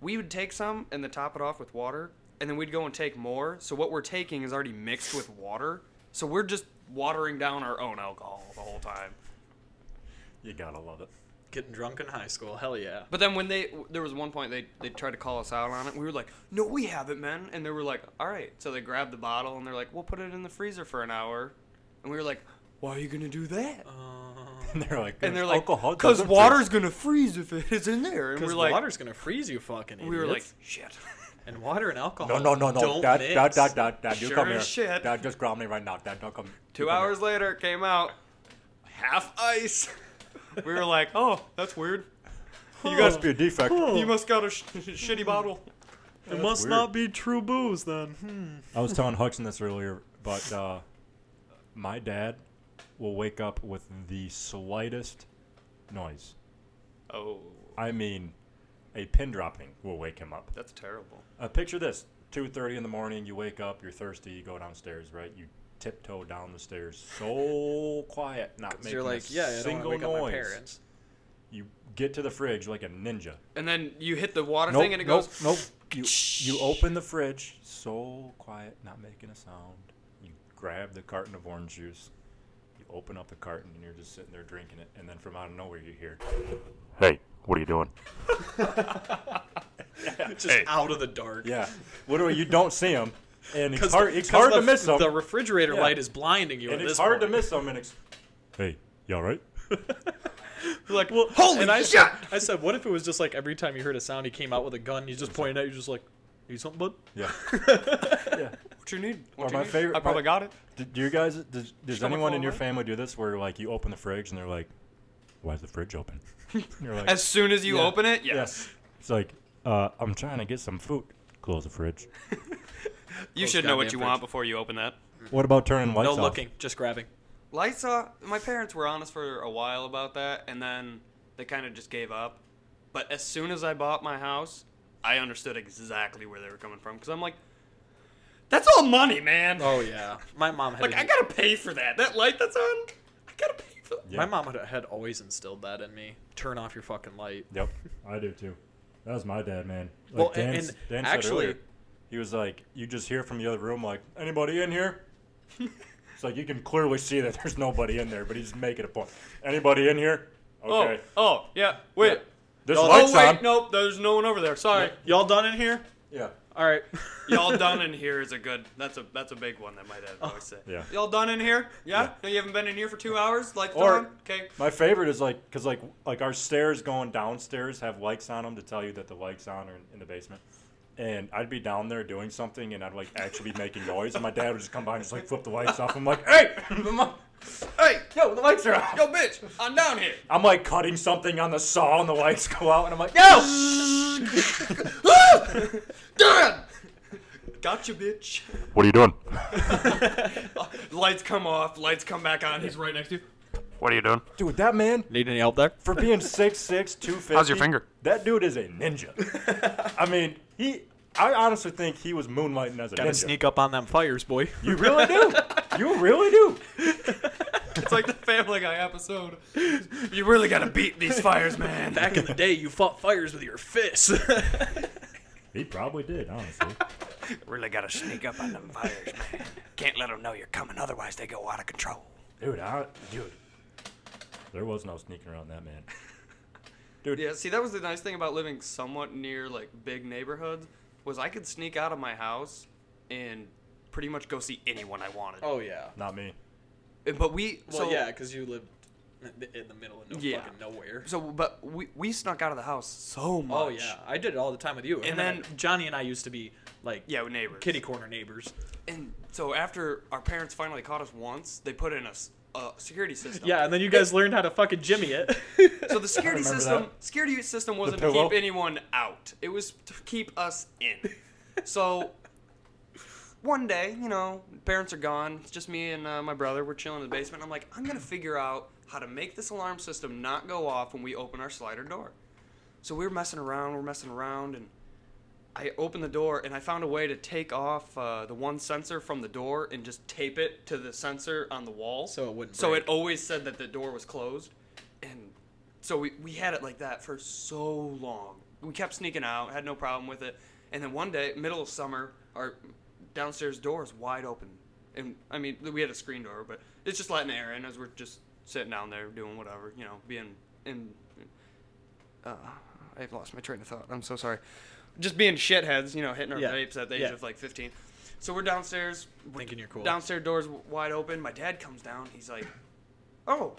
we would take some and then top it off with water, and then we'd go and take more. So what we're taking is already mixed with water. So we're just watering down our own alcohol the whole time. You gotta love it. Getting drunk in high school, hell yeah. But then when they there was one point they they tried to call us out on it. We were like, "No, we haven't, man." And they were like, "All right." So they grabbed the bottle and they're like, "We'll put it in the freezer for an hour." And we were like, "Why are you going to do that?" And they're like, and they're "There's like, alcohol "Cause doesn't water's going to freeze if it is in there." And Because we're like, water's gonna freeze you, fucking. Idiots. We were like, shit. and water and freeze." alcohol. No, no, no, no. Don't Dad, mix. dad, dad, dad, dad, you Sure come as here. shit. Dad, just ground me right now. Dad, don't come. you Two come here." hours later, it came out half ice. We were like, oh, that's weird. You guys be a defect. You must got a sh- shitty bottle. It must weird. not be true booze then. Hmm. I was telling Hudson this earlier, but uh, my dad will wake up with the slightest noise. Oh, I mean, a pin dropping will wake him up. that's terrible. Uh, picture this: two thirty in the morning, you wake up, you're thirsty, you go downstairs, right? You tiptoe down the stairs, so quiet, not 'Cause making you're a like, yeah, I don't single wanna wake noise. up my parents. You get to the fridge like a ninja. And then you hit the water nope, thing and it nope, goes, nope. You you open the fridge, so quiet, not making a sound. You grab the carton of orange juice. You open up the carton and you're just sitting there drinking it, and then from out of nowhere you hear, "Hey, what are you doing?" Just out of the dark. Yeah, literally, you don't see him, and it's 'Cause hard. the- It's 'cause hard the, to miss him. The refrigerator Yeah. light is blinding you. and at it's this hard to point. miss them. And it's hey, you all right? You're like, Well, holy and I shit! Said, I said, what if it was just like every time you heard a sound, he came out with a gun, you just pointed at you, just like, need something, bud? Yeah. yeah. What you need? What Or you my need? favorite I probably part- got it. Do, do you guys? Does, does gonna anyone fall in your away? family do this? Where like you open the fridge and they're like, "Why's the fridge open?" And you're like, As soon as you Yeah. open it, yes. "Yes." It's like, uh, "I'm trying to get some food." Close the fridge. You Close should know what you goddamn want fridge. before you open that. What about turning lights No off? looking, just grabbing. Lights off. My parents were honest for a while about that, and then they kind of just gave up. But as soon as I bought my house, I understood exactly where they were coming from because I'm like, that's all money, man. Oh, yeah. My mom had, like I gotta pay for that. That light that's on, I gotta pay for. That. Yeah. my mom had, had always instilled that in me. Turn off your fucking light. Yep, I do too. That was my dad, man. Like Well, Dan, and- s- and Dan actually- said earlier, he was like, "You just hear from the other room, like anybody in here." it's like you can clearly see that there's nobody in there, but he's making a point. Anybody in here? Okay. Oh, oh, yeah. Wait. Yeah. This Oh, Oh light's wait, on. nope. There's no one over there. Sorry. Y'all done in here? Yeah. All right. Y'all done in here is a good. That's a that's a big one that my dad always said. Oh, Yeah. Y'all done in here? Yeah. Yeah. No, you haven't been in here for two hours. Like, Or- okay. My favorite is like, cause like, like our stairs going downstairs have lights on them to tell you that the lights on are in, in the basement. And I'd be down there doing something, and I'd like actually be making noise, and my dad would just come by and just like flip the lights off. I'm like, hey, Hey, yo, the lights are out. yo, bitch, I'm down here. I'm like cutting something on the saw, and the lights go out, and I'm like, yo. Done. Gotcha, bitch. What are you doing? Lights come off. Lights come back on. He's right next to you. What are you doing? Dude, that man Need any help there? for being 6'6", 250. How's your finger? That dude is a ninja. I mean, he. I honestly think he was moonlighting as a Gotta ninja. sneak up on them fires, boy. You really do. You really do. It's like the Family Guy episode. You really gotta beat these fires, man. Back in the day, you fought fires with your fists. He probably did, honestly. really gotta sneak up on them fires, man. Can't let them know you're coming, otherwise they go out of control. dude, I, dude. There was no sneaking around that man. dude. Yeah, see, that was the nice thing about living somewhat near like big neighborhoods was I could sneak out of my house and pretty much go see anyone I wanted. Oh yeah. Not me. And- But we Well, so, yeah, because you lived in the- in the middle of no Yeah. fucking nowhere. So, but we we snuck out of the house so much. Oh yeah, I did it all the time with you. And, then then- Johnny and I used to be like yeah, with neighbors. kitty corner neighbors. And so after our parents finally caught us once, they put in a, s- a security system. Yeah, and then you guys learned how to fucking jimmy it. So the security remember system, that. security system wasn't to pillow. keep anyone out. It was to keep us in. So one day, you know, parents are gone. It's just me and uh, my brother. We're chilling in the basement. I'm like, I'm gonna figure out how to make this alarm system not go off when we open our slider door. So we were messing around. We're messing around, and I opened the door and I found a way to take off uh, the one sensor from the door and just tape it to the sensor on the wall. So it wouldn't So break. it always said that the door was closed, and so we we had it like that for so long. We kept sneaking out, had no problem with it, and then one day, middle of summer, our downstairs door is wide open, and I mean we had a screen door, but it's just letting air in as we're just sitting down there doing whatever, you know, being in uh, I've lost my train of thought. I'm so sorry. Just being shitheads, you know, hitting our Yeah. vapes at the age Yeah. of like 15. So we're downstairs. we're- Thinking you're cool. Downstairs doors w- wide open. My dad comes down. He's like, "Oh,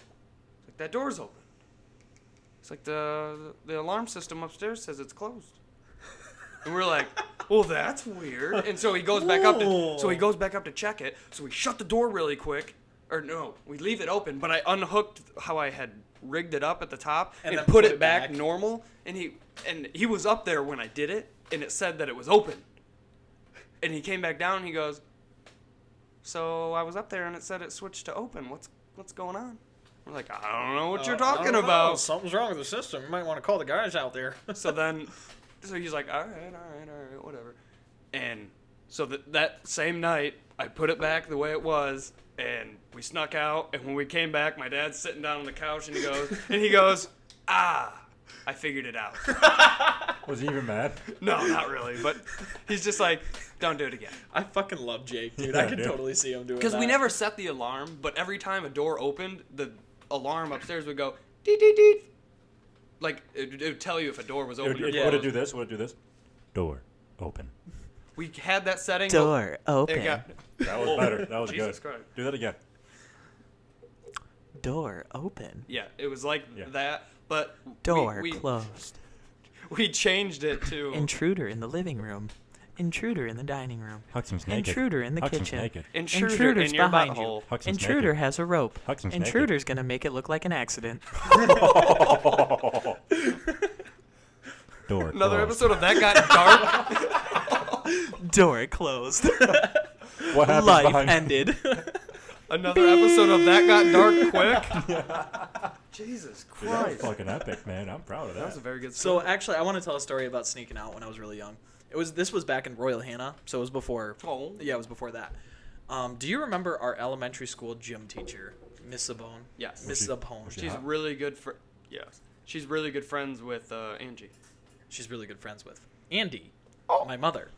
like that door's open." It's like the the alarm system upstairs says it's closed. And we're like, "Well, that's weird." And so he goes back up to so he goes back up to check it. So we shut the door really quick. Or no, we leave it open, but I unhooked how I had rigged it up at the top And and, then put, it, back, normal and he and he was up there when I did it and it said that it was open. And he came back down and he goes, "So I was up there and it said it switched to open. What's what's going on?" We're like, Uh, "I don't know what you're talking about." something's wrong with the system. You might want to call the guys out there. so then so he's like all right all right all right whatever and so th- that same night i put it back the way it was and we snuck out and when we came back my dad's sitting down on the couch and he goes and he goes ah i figured it out Was he even mad? no not really but he's just like don't do it again I fucking love Jake, dude. Yeah, I can dude. totally see him doing. because we that. never set the alarm but every time a door opened the alarm upstairs would go deet deet deet like it, it would tell you if a door was open Would or it, closed. would it do this? Would it do this? Door open. we had that setting but Door it open. got, That Oh. was better. That was Jesus good. Christ. Do that again. Door open. Yeah, it was like Yeah. that, but we- Door we, closed. We changed it to Intruder in the living room. Intruder in the dining room. Huxham's naked. Intruder in the Huxham's kitchen. naked. Intruder Intruder's in your behind butthole. you. Huxham's Intruder naked. has a rope. Huxham's naked. Intruder's gonna make it look like an accident. Door another closed. episode of that got dark. Door closed. What happened Life behind ended. another episode of that got dark quick. Jesus Dude, that was Christ, fucking epic, man. I'm proud of that was a that. very good. So Story. actually, I want to tell a story about sneaking out when I was really young. It was this was back in Royal Hannah, so it was before. Oh. Yeah, it was before that. Um, do you remember our elementary school gym teacher, Miss Sabone? Yes. Miss Was she- Sabone. was she she's hot? really good for. Yeah, she's really good friends with uh, Angie. she's really good friends with Andy, my mother.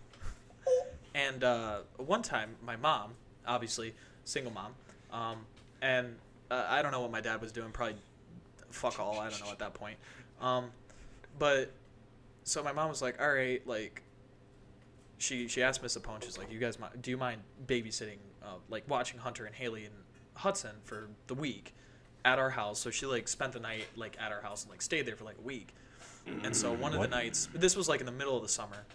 And uh, one time, my mom, obviously single mom, um, and uh, I don't know what my dad was doing. Probably fuck all. I don't know at that point. Um, but so my mom was like, "All right, like." She she asked Miss Apone. She's like, "You guys, mi- do you mind babysitting, uh, like watching Hunter and Haley and Hudson for the week at our house?" So she like spent the night like at our house and like stayed there for like a week. And so one of What? the nights, this was like in the middle of the summer,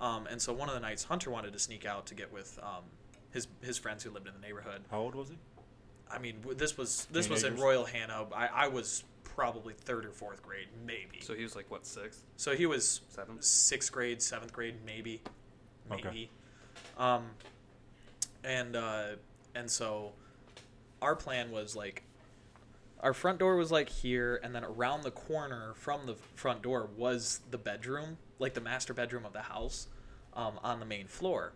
um, and so one of the nights Hunter wanted to sneak out to get with um, his his friends who lived in the neighborhood. How old was he? I mean, w- this was this was in Teenagers. Royal Hannah. I, I was probably third or fourth grade, maybe. So he was like what six? So he was Seven? sixth grade, seventh grade, maybe, maybe. Okay. Um, and uh, and so our plan was like our front door was like here, and then around the corner from the front door was the bedroom, like the master bedroom of the house, um, on the main floor.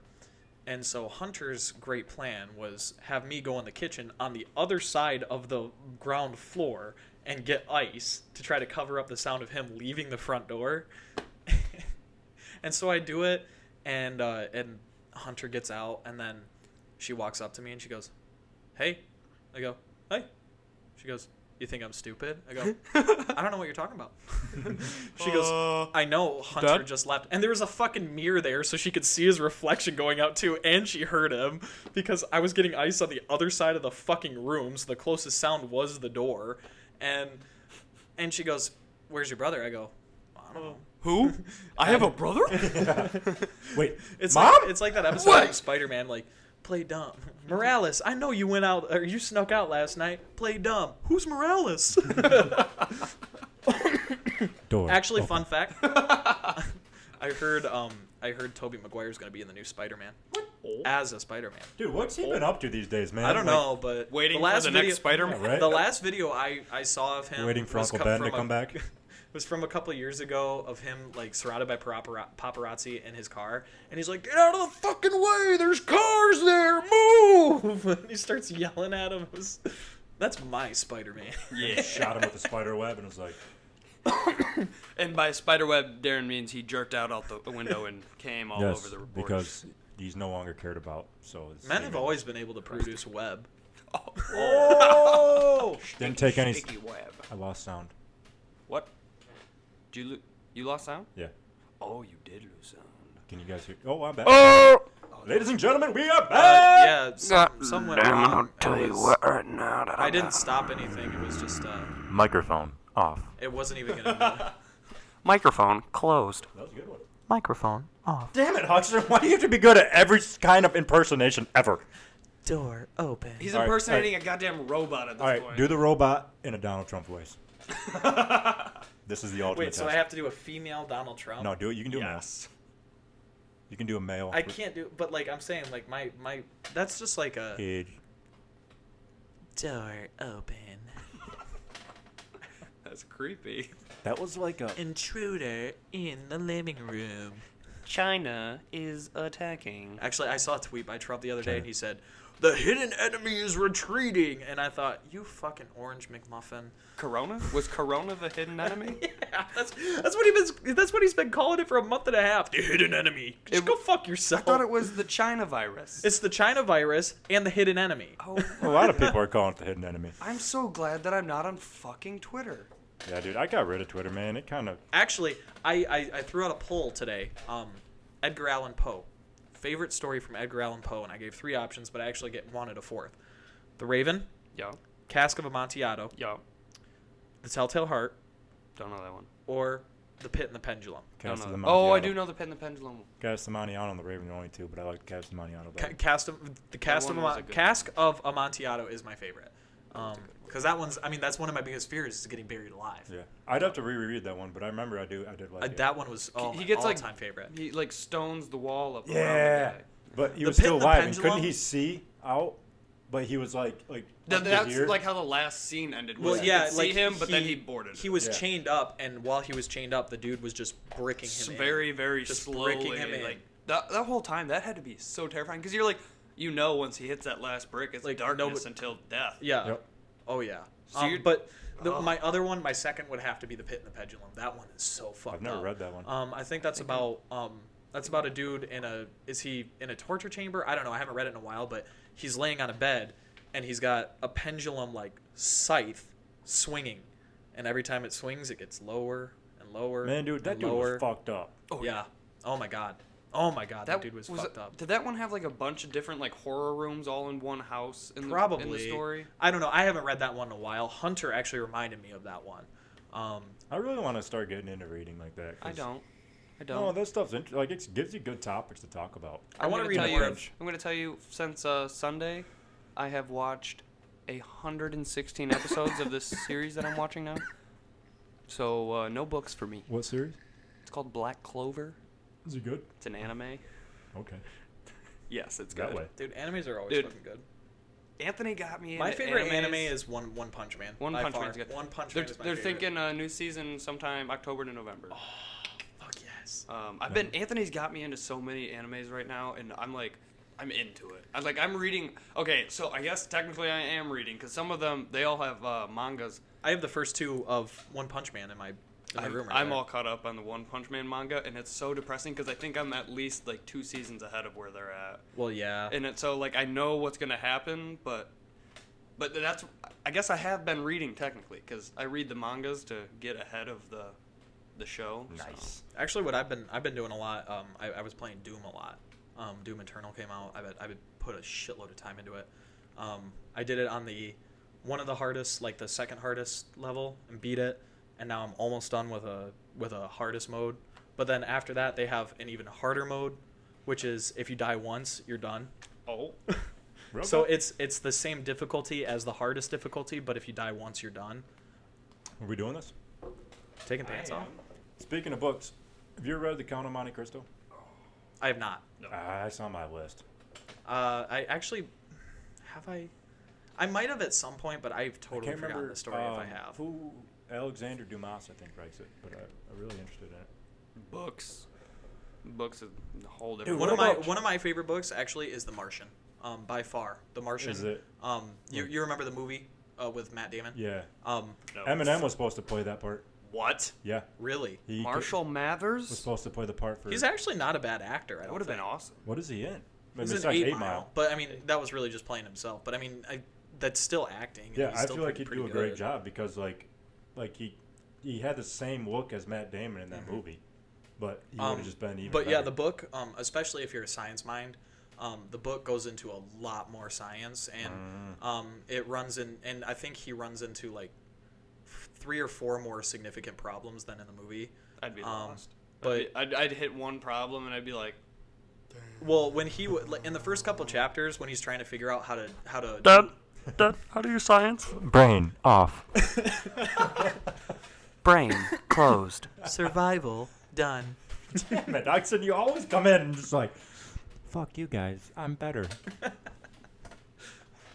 And so Hunter's great plan was have me go in the kitchen on the other side of the ground floor and get ice to try to cover up the sound of him leaving the front door. and so I do it, and uh, and Hunter gets out, and then she walks up to me and she goes, "Hey," I go, "Hey," she goes, you think I'm stupid? I go, I don't know what you're talking about. she goes, I know Hunter Dad? just left. And there was a fucking mirror there so she could see his reflection going out too, and she heard him because I was getting ice on the other side of the fucking room, so the closest sound was the door. And and she goes, Where's your brother? I go, I don't know. Who? I have a brother? Wait, It's mom. like it's like that episode What? of Spider Man, like play dumb. Morales, I know you went out or you snuck out last night. Play dumb. Who's Morales? Door Oh. Actually, open. fun fact. I heard um I heard Toby Maguire's gonna be in the new Spider Man as a Spider Man. Dude, what's he been up to these days, man? I don't Like, know, but Waiting the last for the video, next Spider-Man. Yeah, right? The last video I, I saw of him Waiting for was Uncle co- Ben to from a- come back. was from a couple years ago of him like surrounded by papara- paparazzi in his car, and he's like, "Get out of the fucking way! There's cars there! Move!" And he starts yelling at him. It was- that's my Spider-Man. yeah. Shot him with a spider web and was like, And by spiderweb, Darren means he jerked out out the window and came all yes, over the board. because he's no longer cared about. So it's Men have always been able to produce web. Oh! Didn't take any. Sticky web. I lost sound. What? Did you lo- you lost sound? Yeah. Oh, you did lose sound. Can you guys hear? Oh, I'm back. Oh! Ladies and gentlemen, we are Uh, back. yeah, some, some went on. It was- right now that I didn't stop anything. It was just uh, Microphone off. it wasn't even gonna. Microphone closed. That was a good one. Microphone off. Damn it, Huckster! Why do you have to be good at every kind of impersonation ever? Door open. He's All right, impersonating a goddamn robot at this All right, point. do the robot in a Donald Trump voice. this is the ultimate Wait, so I test. have to do a female Donald Trump? no, do it. You can do yes. a male. You can do a male. I can't do. But like I'm saying, like my my that's just like a. Cage. Door open. That's creepy. That was like a. Intruder in the living room. China is attacking. Actually, I saw a tweet by Trump the other day, and he said, "The hidden enemy is retreating," and I thought, "You fucking orange McMuffin." Corona? Was Corona the hidden enemy? Yeah, that's that's what he's been that's what he's been calling it for a month and a half. The hidden enemy. Just It- go fuck yourself. I thought it was the China virus. It's the China virus and the hidden enemy. oh, A lot of people are calling it the hidden enemy. I'm so glad that I'm not on fucking Twitter. Yeah, dude, I got rid of Twitter, man. It kind of. Actually, I, I, I threw out a poll today. Um, Edgar Allan Poe, favorite story from Edgar Allan Poe, and I gave three options, but I actually get wanted a fourth. The Raven, Yo, Cask of Amontillado, yo, The Telltale Heart, don't know that one. or The Pit and the Pendulum. Don't Cast know of the that. Oh, I Montiano. do know the pen, the pendulum. Cast of Maniano and the Raven are only two, but I like Cast of Maniano Ca- better. Cast of the Cast one of was Amon- a good Cask of Amontillado is my favorite. Um, because that one's I mean that's one of my biggest fears is getting buried alive. Yeah, I'd have to reread that one, but I remember I do. I did like Uh, it. that one was oh, he my gets like all-time favorite. He like stones the wall up. Yeah, Around but he The was pit still and the alive. And couldn't pendulum? he see out? But he was like, like. the guy. up Th- to that's here. like how the last scene ended. Well, was you yeah, could like see him, but then he boarded. He it. was Yeah. chained up, and while he was chained up, the dude was just bricking S- him. in. very, very Just bricking slowly. him in. Like that, that whole time, that had to be so terrifying because you're like, you know, once he hits that last brick, it's Like, darkness nobody- until death. Yeah. Yep. Oh yeah. So Um, you're- but the, Oh. my other one, my second would have to be the Pit and the Pendulum. That one is so fucked. never up. read that one. Um, I think that's about um, that's about a dude in a is he in a torture chamber? I don't know. I haven't read it in a while, but he's laying on a bed and he's got a pendulum like scythe swinging, and every time it swings, it gets lower and lower. man, dude, that and dude lower. was fucked up. Oh yeah. Oh my god. Oh my god. That, dude was, fucked up. Did that one have like a bunch of different like horror rooms all in one house in the, probably in the story? I don't know. I haven't read that one in a while. Hunter actually reminded me of that one. Um, I really want to start getting into reading like that. I 'cause- don't. I don't. No, that stuff's int- like it gives you good topics to talk about. I I'm want to gonna read tell more. You, of- I'm going to tell you since uh, Sunday, I have watched 116 episodes of this series that I'm watching now. So uh, no books for me. What series? It's called Black Clover. Is it good? It's an anime. Okay, Yes, it's that good. way. Dude, animes are always Dude, fucking good. Anthony got me. My into favorite animes. anime is One One Punch Man. One by Punch far. Man's good. One Punch They're, Man is my they're favorite. thinking a new season sometime October to November. Oh. Fuck yes. Um, I've been Anthony's got me into so many animes right now, and I'm like, I'm into it. I like I'm reading. Okay, so I guess technically I am reading because some of them they all have uh, mangas. I have the first two of One Punch Man in my, in my I've- room. Right I'm there. all caught up on the One Punch Man manga, and it's so depressing because I think I'm at least like two seasons ahead of where they're at. Well, yeah. And it's so like I know what's gonna happen, but But that's I guess I have been reading technically because I read the mangas to get ahead of the the show. so- Nice. Actually, what I've been I've been doing a lot. Um, I, I was playing Doom a lot. Um, Doom Eternal came out. I bet I would put a shitload of time into it. Um, I did it on the one of the hardest, like the second hardest level, and beat it. And now I'm almost done with a with a hardest mode. But then after that, they have an even harder mode, which is if you die once, you're done. Oh, Real So good. it's it's the same difficulty as the hardest difficulty, but if you die once, you're done. Are we doing this? Taking pants off. Speaking of books, have you ever read The Count of Monte Cristo? I have not. Ah, it's on my list. Uh, I actually have I. I might have at some point, but I've I totally can't forgotten remember the story if I um, have. Who Alexander Dumas, I think, writes it, but I, I'm really interested in it. books, books is a whole Dude, different. one what of my about- one of my favorite books actually is The Martian. Um, by far, The Martian. Is it? Hmm. Um, you, you remember the movie uh, with Matt Damon? Yeah, Um, No. Eminem was supposed to play that part. What? Yeah, really, he Marshall was Mathers? supposed to play the part for. he's actually not a bad actor. I That don't would have been think. awesome. what is he in? I He's mean, it's an like eight, mile, but I mean that was really just playing himself. But I mean, I, that's still acting. and Yeah, he's I still feel like pretty- he'd do a pretty great good. job because like, like he, he had the same look as Matt Damon in that movie, Mm-hmm. but he would Um, have just been even. But yeah, better. the book, um, especially if you're a science mind, um, the book goes into a lot more science, and Mm. um, it runs in, and I think he runs into like f- three or four more significant problems than in the movie. I'd be Um, lost. but- I'd, be- I'd, I'd hit one problem and I'd be like, Well, when he w- like, in the first couple chapters, when he's trying to figure out how to how to Dad, Dad, how do you science? Brain off. Brain closed. Survival done. Damn it, Oxen, you always come in and just like, fuck you guys, I'm better.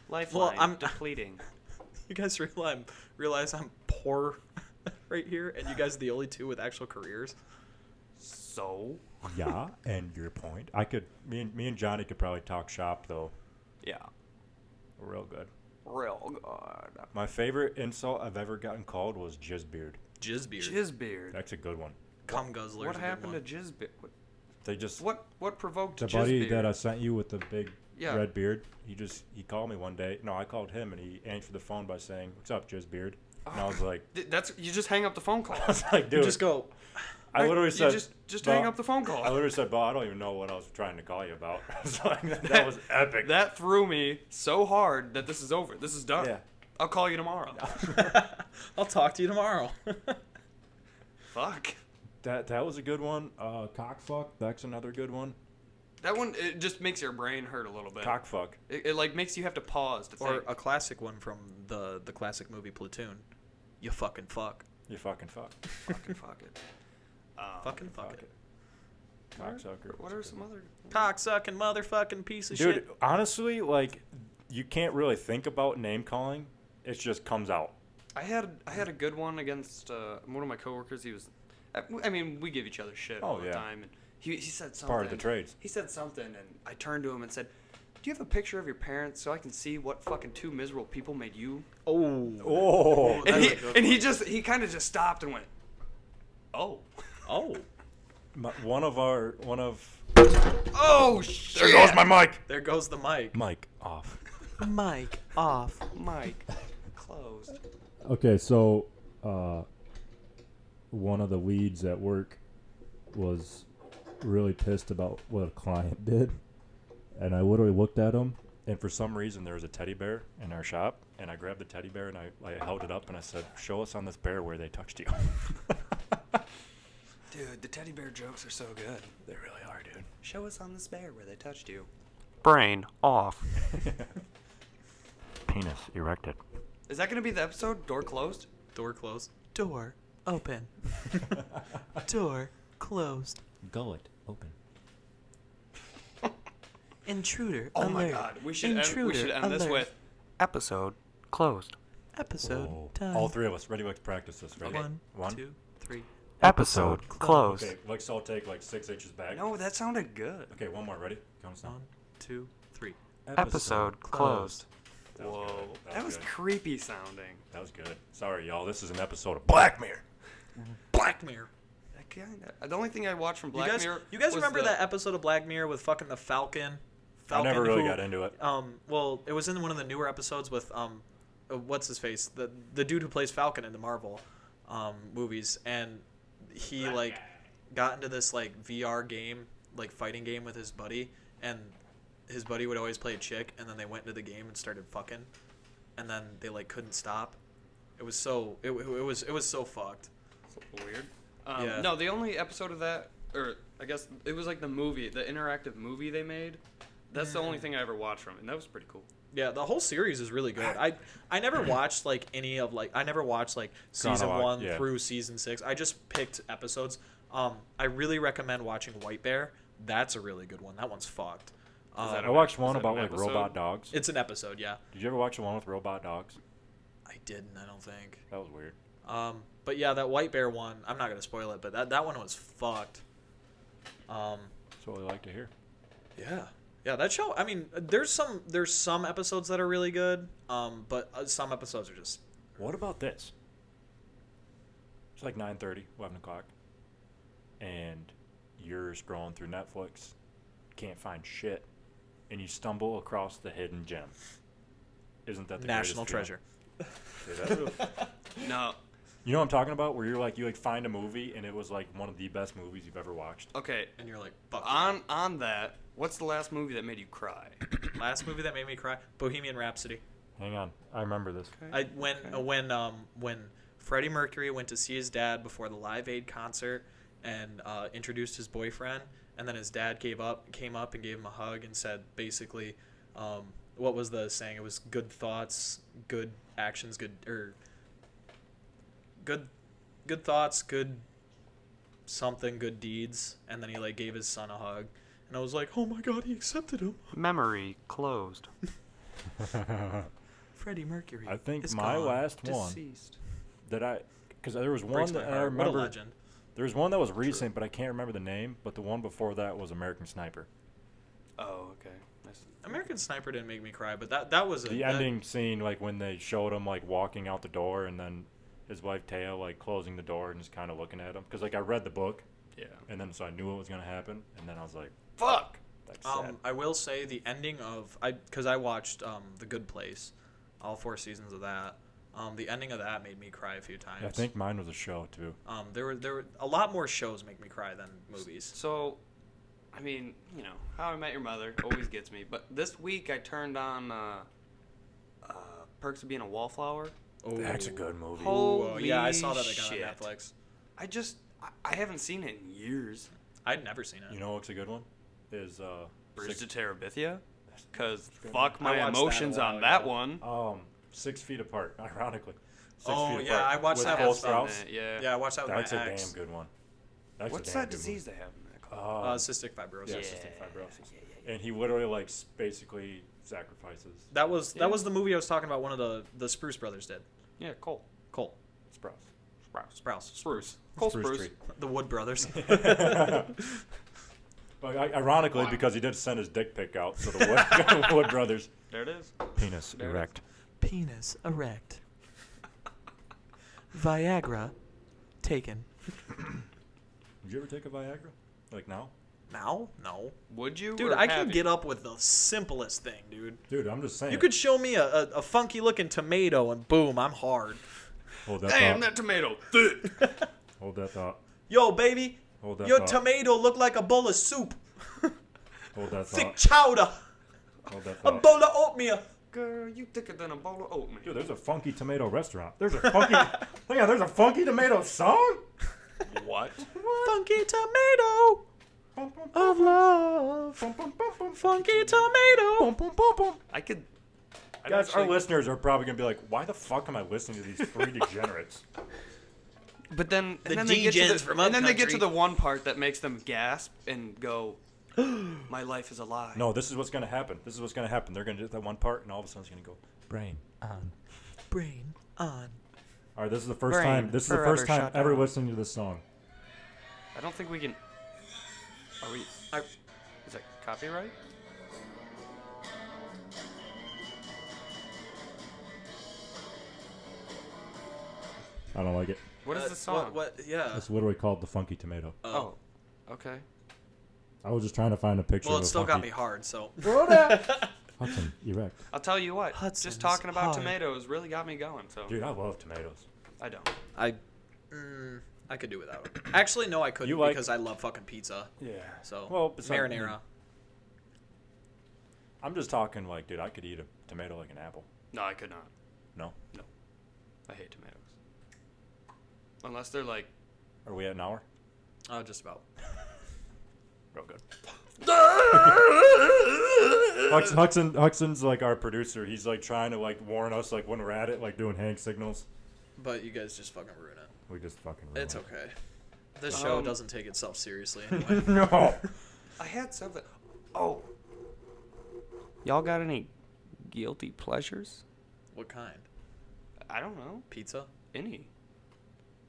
lifeline I'm- depleting. you guys realize I'm, realize I'm poor right here, and you guys are the only two with actual careers. so? yeah, and your point. I could, me and, me and Johnny could probably talk shop though, Yeah. real good. Real good. My favorite insult I've ever gotten called was jizz beard. Jizzbeard, Jizzbeard. That's a good one. cum guzzler. What happened to Jizzbeard? What, They just what, what provoked the Jizzbeard? buddy that uh, I sent you with the big Yeah. red beard. He just he called me one day. No, I called him and he answered the phone by saying, "What's up, jizz beard?" And I was like, Th- That's you just hang up the phone call. I was like, dude, Just go. I literally you said, just just "Bo," hang up the phone I call. literally said, "Bo, I don't even know what I was trying to call you about." I was like, that, that was epic. That threw me so hard that this is over. This is done. Yeah. I'll call you tomorrow. I'll talk to you tomorrow. Fuck. That that was a good one. Uh, cockfuck. That's another good one. That one it just makes your brain hurt a little bit. Cockfuck. It, it like makes you have to pause to or think. a classic one from the the classic movie Platoon. You fucking fuck. You fucking fuck. fucking fuck it. Um, Fucking fuck, it. Cocksucker. what was a are good some one. other? Cock sucking motherfucking piece of Dude, shit. honestly, like, you can't really think about name calling. It just comes out. I had I had a good one against uh, one of my coworkers. He was, I, I mean, we give each other shit all Oh, the yeah. time, and he he said something. part of the trades. He said something, and I turned to him and said, "Do you have a picture of your parents so I can see what fucking two miserable people made you?" Oh. Oh, And That's he a good and he just he kind of just stopped and went, "Oh, Oh. My, one of our one of oh shit!" mic. There goes the mic. Mic off. Mic off. Mike closed. Okay, so uh, one of the leads at work was really pissed about what a client did, and I literally looked at him, and for some reason there was a teddy bear in our shop, and I grabbed the teddy bear and I, I held it up and I said, "Show us on this bear where they touched you." Dude, the teddy bear jokes are so good. they really are, dude. Show us on this bear where they touched you. Brain off. Penis erected. Is that gonna be the episode? Door closed. Door closed. Door open. Door closed. Gullet open. Intruder Oh alert. my god, we should end, Intruder we should end this alert. with Episode closed. episode done. Oh. All three of us ready. Let's practice this. Ready? One, One. two, three. Episode closed. Okay, let's all take like six inches back. No, that sounded good. Okay, one more. Ready? Count us down. One, two, three. Episode closed. That was Whoa. good. That was good. creepy sounding. That was good. Sorry, y'all. This is an episode of Black Mirror. Black Mirror. That kinda- The only thing I watched from Black you guys, Mirror. you guys was remember the- that episode of Black Mirror with fucking the Falcon? I Falcon never really who- got into it. Um, well, it was in one of the newer episodes with um, uh, what's his face, the the dude who plays Falcon in the Marvel um, movies, and he like got into this like VR game, like fighting game with his buddy, and his buddy would always play a chick, and then they went into the game and started fucking, and then they like couldn't stop. It was so it, it was it was so fucked. Weird. Um, Yeah. No, the only episode of that, or I guess it was like the movie, the interactive movie they made. That's the only thing I ever watched from it, and that was pretty cool. Yeah, the whole series is really good. I I never watched like any of like I never watched like season Chronolog- one yeah. through season six. I just picked episodes. Um, I really recommend watching White Bear. That's a really good one. That one's fucked. Um, that I a- watched is one that about an like episode? robot dogs. it's an episode, yeah. Did you ever watch the one with robot dogs? I didn't. I don't think. That was weird. Um, but yeah, that White Bear one. I'm not gonna spoil it, but that that one was fucked. Um, That's what we like to hear. Yeah. Yeah, that show. I mean, there's some there's some episodes that are really good, um, but uh, some episodes are just What about this? It's like 9.30, 11 o'clock, and you're scrolling through Netflix, can't find shit, and you stumble across the hidden gem. Isn't that the national greatest treasure. feeling? Dude, that's- No. you know what I'm talking about? Where you're like, you like find a movie, and it was like one of the best movies you've ever watched. Okay. And you're like, fuck. yeah. On on that, what's the last movie that made you cry? Last movie that made me cry, Bohemian Rhapsody. Hang on, I remember this. I when uh, when um when Freddie Mercury went to see his dad before the Live Aid concert and uh, introduced his boyfriend, and then his dad gave up came up and gave him a hug and said basically, um, what was the saying? It was good thoughts, good actions, good or good good thoughts, good something, good deeds, and then he like gave his son a hug, and I was like, oh my god, he accepted him. Memory closed. Freddie Mercury. I think is my gone. last one Deceased. that I, because there was one Breaks my that I heart. What a remember. legend. There was one that was recent, but I can't remember the name. But the one before that was American Sniper. Oh, okay. That's- American Sniper didn't make me cry, but that that was a, the that- ending scene, like when they showed him like walking out the door, and then his wife Taya like closing the door and just kind of looking at him. Because like I read the book, Yeah. and then so I knew it was gonna happen, and then I was like, Fuck. that's sad. Um, I will say the ending of I because I watched um, The Good Place, all four seasons of that. Um, the ending of that made me cry a few times. I think mine was a show too. um, there were there were a lot more shows make me cry than movies. So, I mean, you know, How I Met Your Mother always gets me. But this week I turned on uh, uh, Perks of Being a Wallflower. Oh, That's a good movie. Ooh, yeah, I Holy saw that again shit. on Netflix. I just I, I haven't seen it in years. I'd never seen it. You know what's a good one? Is uh, Bridge six, to Terabithia. Cause fuck I my watched that a emotions while on ago. that one. um, six feet apart. Ironically. Six Oh, feet yeah, apart I watched with that Cole one. Uh, Sprouse. yeah. yeah, I watched that with That's a my ex. damn good one. That's a What's damn that good one. disease they have in that called? Um, Uh, cystic fibrosis. yeah, cystic fibrosis. And he literally like s- basically sacrifices That was Yeah. that was the movie I was talking about. One of the the Spruce brothers did. Yeah, Cole. Cole Sprouse. Sprouse. Sprouse, Spruce. Cole Spruce. Tree. the Wood brothers. But i- ironically, because he did send his dick pic out, so the Wood, Wood brothers There it is. penis it is. erect. Penis erect. Viagra taken. Did you ever take a Viagra? Like now? now, no, Would you? dude, I can get up with the simplest thing, dude. Dude, I'm just saying. You could show me a, a, a funky looking tomato and boom, I'm hard. hold that Damn thought. that tomato. Thick. Hold that thought. Yo, baby, Hold that your thought. tomato look like a bowl of soup. Hold that thought. Thick chowder. Hold that A thought. bowl of oatmeal. Girl, you thicker than a bowl of Dude, oatmeal. there's a funky tomato restaurant. There's a funky. Hang on, there's a funky tomato song. What? Funky tomato of love. Funky tomato. I could. I'd Guys, our actually- listeners are probably gonna be like, "Why the fuck am I listening to these three degenerates?" But then, The and then they get to the, degens from and then they get to upcountry. the one part that makes them gasp and go, "My life is a lie." No, this is what's gonna happen. This is what's gonna happen. They're gonna do that one part, and all of a sudden it's gonna go brain. Brain on. All right, this is the first Brain time. This is the forever first time shut ever down. listening to this song. I don't think we can. Are we? I, Is that copyright? I don't like it. What is uh, the song? What, what, yeah. It's literally called the Funky Tomato. Oh, okay. I was just trying to find a picture. Well, of it a still got funky... me hard, so. Hudson, erect. I'll tell you what. Hudson's just talking about hard. tomatoes really got me going. So Dude, I love tomatoes. I don't. I, mm, I could do without. it. Actually, no, I couldn't You like- because I love fucking pizza. Yeah. So well, besides- marinara. I'm just talking like, dude, I could eat a tomato like an apple. No, I could not. No? I hate tomatoes. Unless they're like Are we at an hour? Oh, just about. Real good. Hux, Huxon, Huxon's like our producer. He's like trying to like warn us like when we're at it, like doing hand signals. But you guys just fucking ruin it. We just fucking. It's okay. This show Um, doesn't take itself seriously anyway. no. I had something. Oh. Y'all got any guilty pleasures? what kind? I don't know. Pizza? Any.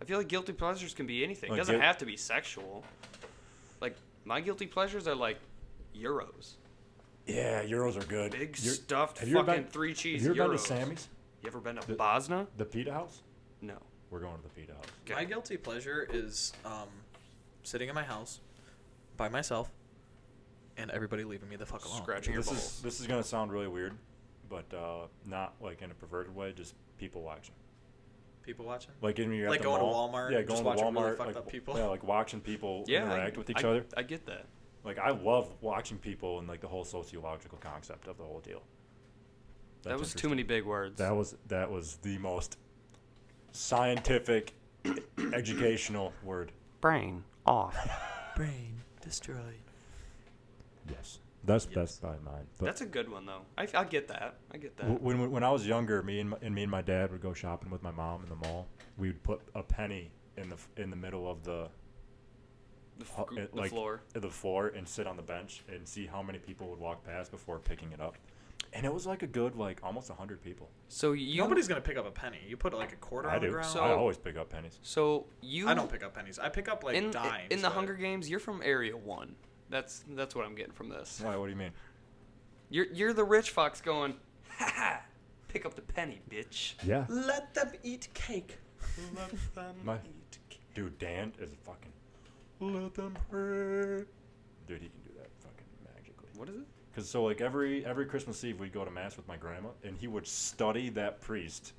I feel like guilty pleasures can be anything. It Like doesn't guil- have to be sexual. Like my guilty pleasures are like euros. Yeah, euros are good. Big Eur- stuffed have you ever fucking been- three cheese Have you ever been euros. to Sammy's? You ever been to The- Bosna? The pita house? No. We're going to the pita house. Okay. My guilty pleasure is um, sitting in my house by myself and everybody leaving me the fuck alone. Scratching your this balls. is this is gonna sound really weird, but uh, not like in a perverted way. Just people watching. People watching? Like in you're at Like the going to mall. Walmart, Yeah, just going to watching Walmart. really fucked like, up people. Yeah, like watching people yeah, I- interact with each I- other. I get that. Like I love watching people and like the whole sociological concept of the whole deal. that That's was too interesting. many big words. That was that was the most scientific, educational word. Brain off. Brain destroyed. Yes, that's Yes. that's by mine. But That's a good one though. I, I get that. I get that. w- when when- when I was younger, me and my, and me and my dad would go shopping with my mom in the mall. We would put a penny in the f- in the middle of the the, f- ho- gr- it- the like, floor. uh, the floor and sit on the bench and see how many people would walk past before picking it up. And it was like a good like almost 100 people. So you Nobody's going to pick up a penny. You put like a quarter I on the do. ground. I So- always pick up pennies. So you I don't pick up pennies. I pick up like in dimes. in the but- Hunger Games. You're from Area One. That's that's what I'm getting from this. Why? What do you mean? You're you're the rich fox going. Ha ha. Pick up the penny, bitch. Yeah. Let them eat cake. Let them My- eat cake. Dude, Dan is a fucking. Let them pray. Dude, he can do that fucking magically. What is it? Cause so like every every Christmas Eve we'd go to mass with my grandma and he would study that priest,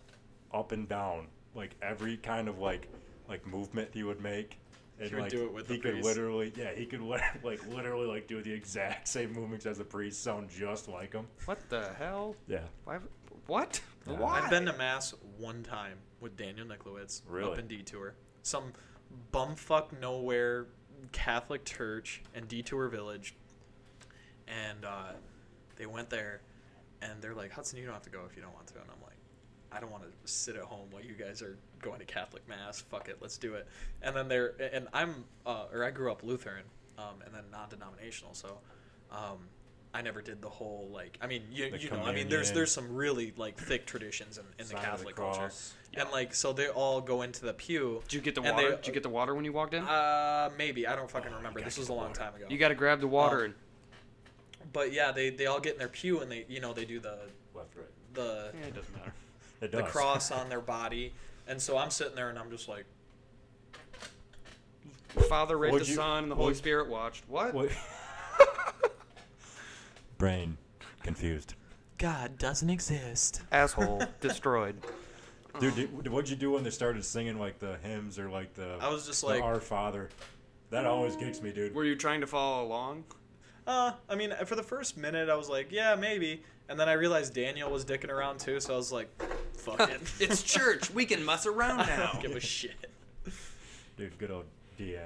up and down like every kind of like like movement he would make. And would like, do it with he the could priest. literally yeah he could lit- like literally like do the exact same movements as the priest sound just like him. What the hell? Yeah. Why? w- What? Yeah. Why? I've been to mass one time with Daniel Niklowitz up Really? in Detour, some bumfuck nowhere Catholic church in Detour Village, and uh, they went there, and they're like, Hudson, you don't have to go if you don't want to, and I'm like. I don't want to sit at home while you guys are going to Catholic mass. Fuck it, let's do it. And then they're and I'm uh, or I grew up Lutheran, um, and then non-denominational, so um, I never did the whole like. I mean, you, The you know, I mean, there's communion. there's some really like thick traditions in, in the Sign of the Catholic culture, cross. and like so they all go into the pew. Did you get the and water? they- Did you get the water when you walked in? Uh, maybe I don't fucking remember. Oh, gotta This get was a the long water. time ago. you got to grab the water and oh. but yeah, they they all get in their pew and they you know they do the Left right. the yeah, it doesn't matter. It the does. cross on their body, and so I'm sitting there and I'm just like. Father, Ray, the Would you- Son, and the Holy would- Spirit watched. What? What? Brain confused. God doesn't exist. Asshole destroyed. Dude, did, what'd you do when they started singing like the hymns or like the? I was just the like- Our Father. That always gets me, dude. Were you trying to follow along? uh, I mean, for the first minute, I was like, yeah, maybe. And then I realized Daniel was dicking around too, so I was like, fuck it. it's church. We can mess around I now. don't give a shit. Dude, good old DN.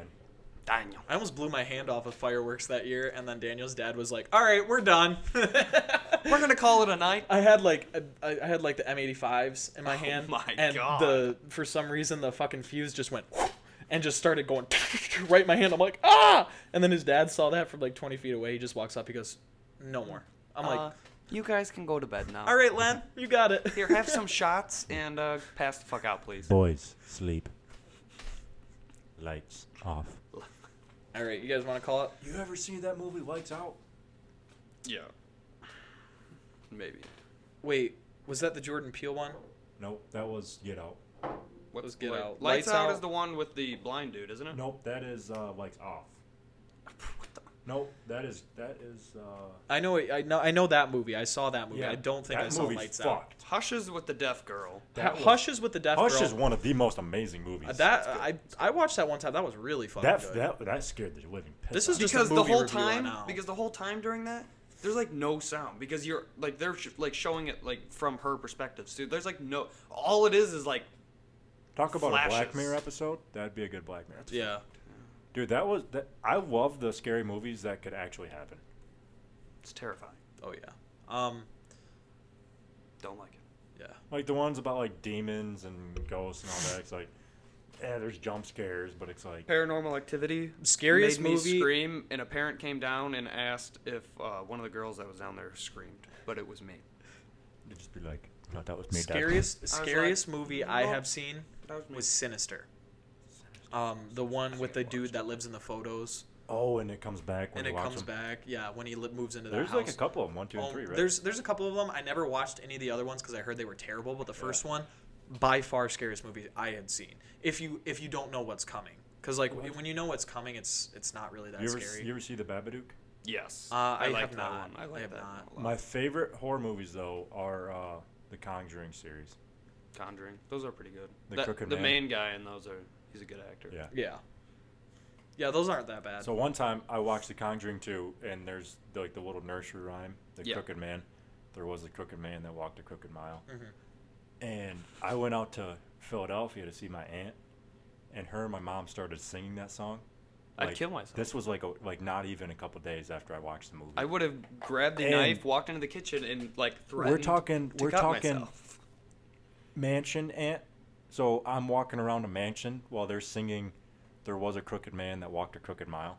Daniel. I almost blew my hand off of fireworks that year, and then Daniel's dad was like, all right, we're done. We're gonna call it a night. I had like a, I I had like the M85s in my hand, Oh my and God. the for some reason the fucking fuse just went and just started going right in my hand. I'm like ah, and then his dad saw that from like 20 feet away. He just walks up. He goes, no more. I'm Uh, like, you guys can go to bed now. all right, Len, you got it. Here, have some shots and uh, pass the fuck out, please. Boys, sleep. Lights off. All right, you guys want to call it? You ever see that movie Lights Out? Yeah. Maybe. Wait, was that the Jordan Peele one? Nope, that was Get Out. What Let's get light- out. Lights, Lights out, Out. is the one with the blind dude, isn't it? Nope, that is uh, Lights Off. What the- Nope, that is that is. Uh, I know. I know. I know that movie. I saw that movie. I don't think that I saw movie Lights Out. fucked. Hushes with the deaf girl. That was- Hush is with the deaf Hush girl. is one of the most amazing movies. Uh, that I I watched that one time. That was really fucking that good. that that scared the living piss. This out is of me. just a because the movie whole review right time now. because the whole time during that there's like no sound because you're like they're sh- like showing it like from her perspective so there's like no all it is is like talk about a Black flashes. Mirror episode. That'd be a good Black Mirror. episode. yeah. Dude, that was that. I love the scary movies that could actually happen. it's terrifying Oh yeah. Um. don't like it Yeah. Like the ones about like demons and ghosts and all that. It's like, yeah, there's jump scares, but it's like paranormal activity Scariest made movie- me scream and a parent came down and asked if uh, one of the girls that was down there screamed but it was me it'd just be like, no, that was me. Dad." Scariest like, scariest movie I "Nope." have seen That was me. was Sinister. Um, the one with the dude that lives in the photos Oh, and it comes back when and it locks comes him. back. Yeah, when he li- moves into that There's house. like a couple of them, one, two, and Um, three, right? There's there's a couple of them. I never watched any of the other ones because I heard they were terrible. But the first one, by far scariest movie I had seen. If you if you don't know what's coming, because like when you know what's coming, it's it's not really that you ever scary. you ever see the Babadook? yes Uh, I like have that not. one i I like have that not. one a lot. My favorite horror movies though are uh, the Conjuring series. conjuring those are pretty good The That- Crooked the Man. main guy in those are he's a good actor Yeah. yeah, yeah, those aren't that bad. So one time I watched The Conjuring 2, and there's like the little nursery rhyme, the Yeah. crooked man. There was a crooked man that walked a crooked mile. Mm-hmm. And I went out to Philadelphia to see my aunt, and her and my mom started singing that song. I'd kill myself. This was like a, like not even a couple days after I watched the movie. I would have grabbed the And- knife, walked into the kitchen, and like threatened. talking- To we're cut talking- Myself. mansion aunt. So I'm walking around a mansion while they're singing, "There was a crooked man that walked a crooked mile."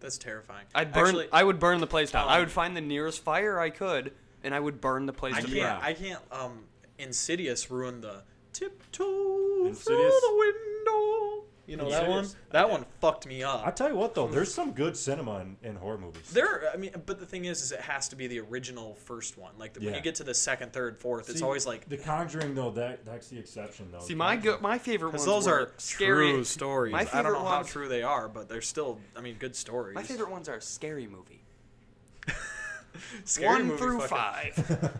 That's terrifying. I'd burn. Actually, I would burn the place down. um, I would find the nearest fire I could, and I would burn the place. I to can't. the ground. I can't. Um, Insidious ruined the tiptoe through Insidious? the window. You know that one? Insidious. That one fucked me up. I tell you what though, there's some good cinema in, in horror movies. There, I mean, but the thing is, is it has to be the original first one. Like when Yeah. you get to the second, third, fourth, it's See, always like The Conjuring, though. That that's the exception, though. See, my go- Conjuring- my favorite ones. because those were are scary true stories. My I favorite don't know how ones, true they are, but they're still, I mean, good stories. My favorite ones are scary movie. Scary One movie through fucking- five.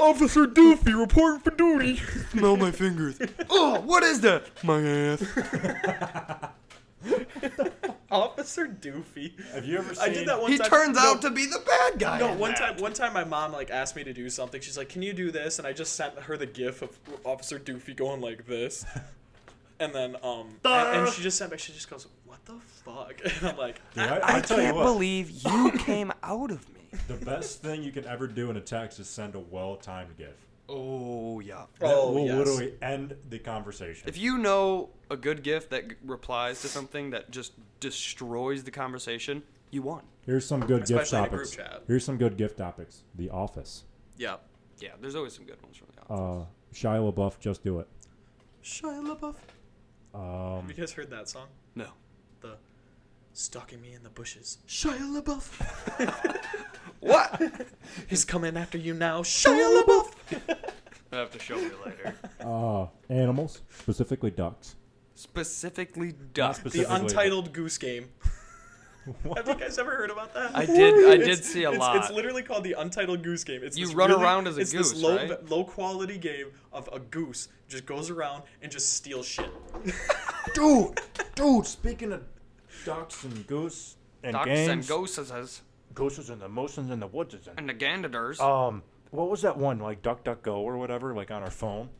Officer Doofy reporting for duty. Smell my fingers. oh, what is that? My ass. Officer Doofy. Have you ever seen? I did that one He time. turns no, out to be the bad guy. No, in one that. time, one time, my mom like asked me to do something. She's like, "Can you do this?" And I just sent her the gif of Officer Doofy going like this, and then um, and, and she just sent back. She just goes, "What the fuck?" And I'm like, Dude, I, I I tell you can't what, believe you came out of me. the best thing you can ever do in a text is send a well-timed GIF. Oh yeah. That "Oh, will yes. literally end the conversation. If you know a good gift that g- replies to something that just destroys the conversation, you won. Here's some good gift Especially in a topics. group chat. Here's some good gift topics. The Office. Yep. Yeah, there's always some good ones from the office. Uh, Shia LaBeouf, just do it. Shia LaBeouf. Um, Have you guys heard that song? no. The stalking me in the bushes. Shia LaBeouf. What? He's coming after you now. Shia LaBeouf. I have to show you later. uh, animals, specifically ducks. Specifically, duck. Not speci- The Specifically. Untitled Goose Game. Have you guys ever heard about that? I did. I did It's- see a it's- lot. It's literally called the Untitled Goose Game. It's You this run really- around as a it's goose, this low, right? low quality game of a goose just goes around and just steals shit. Dude, dude. Speaking of ducks and goose and Ducks games, and gooses gooses and the motions in the woods and and the gandators. Um, what was that one like Duck Duck Go or whatever, like on our phone?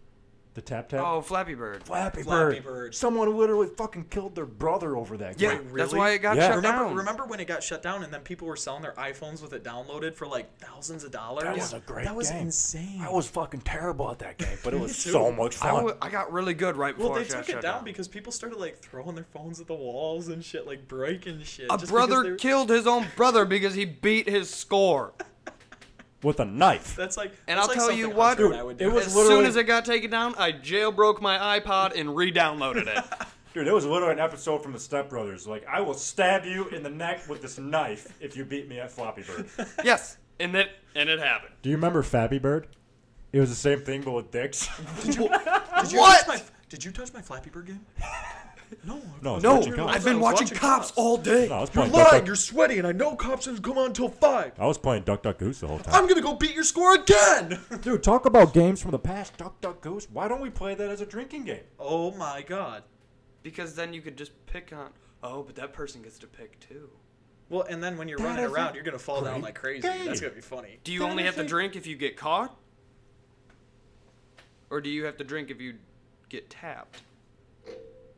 The tap tap. oh, Flappy Bird. Flappy, Flappy Bird. Bird. Someone literally fucking killed their brother over that. Yeah, game. that's really? why it got Yeah. shut Remember, down. remember when it got shut down and then people were selling their iPhones with it downloaded for like thousands of dollars? that was a great. That was game. insane. I was fucking terrible at that game, but it was too. so much I, fun. wa- Oh, I got really good right before Well, they it got took shut it down, down. because people started like throwing their phones at the walls and shit, like breaking shit. a just because brother they're- killed his own brother because he beat his score. With a knife. That's like. And that's I'll like tell something you what, Hunter and I would it do. was- As literally- soon as it got taken down, I jailbroke my iPod and re-downloaded it. Dude, it was literally an episode from the Step Brothers. Like, I will stab you in the neck with this knife if you beat me at Floppy Bird. yes, and it and it happened. Do you remember Fabby Bird? It was the same thing, but with dicks. Did you What? Touch my, did you touch my Flappy Bird game? No. No, it's No, Watching Cops. I've been I was watching, watching cops, Cops. all day. No, I was You're playing Duck, lying. Duck, You're sweaty, and I know cops doesn't come on till five. I was playing Duck Duck Goose the whole time. I'm gonna go beat your score again. Dude, talk about games from the past. Duck Duck Goose. Why don't we play that as a drinking game? oh my god. Because then you could just pick on. Oh, but that person gets to pick too. Well, and then when you're running is around, a you're gonna fall down great like crazy. game. That's gonna be funny. Do you That only have to is a- drink if you get caught? Or do you have to drink if you get tapped?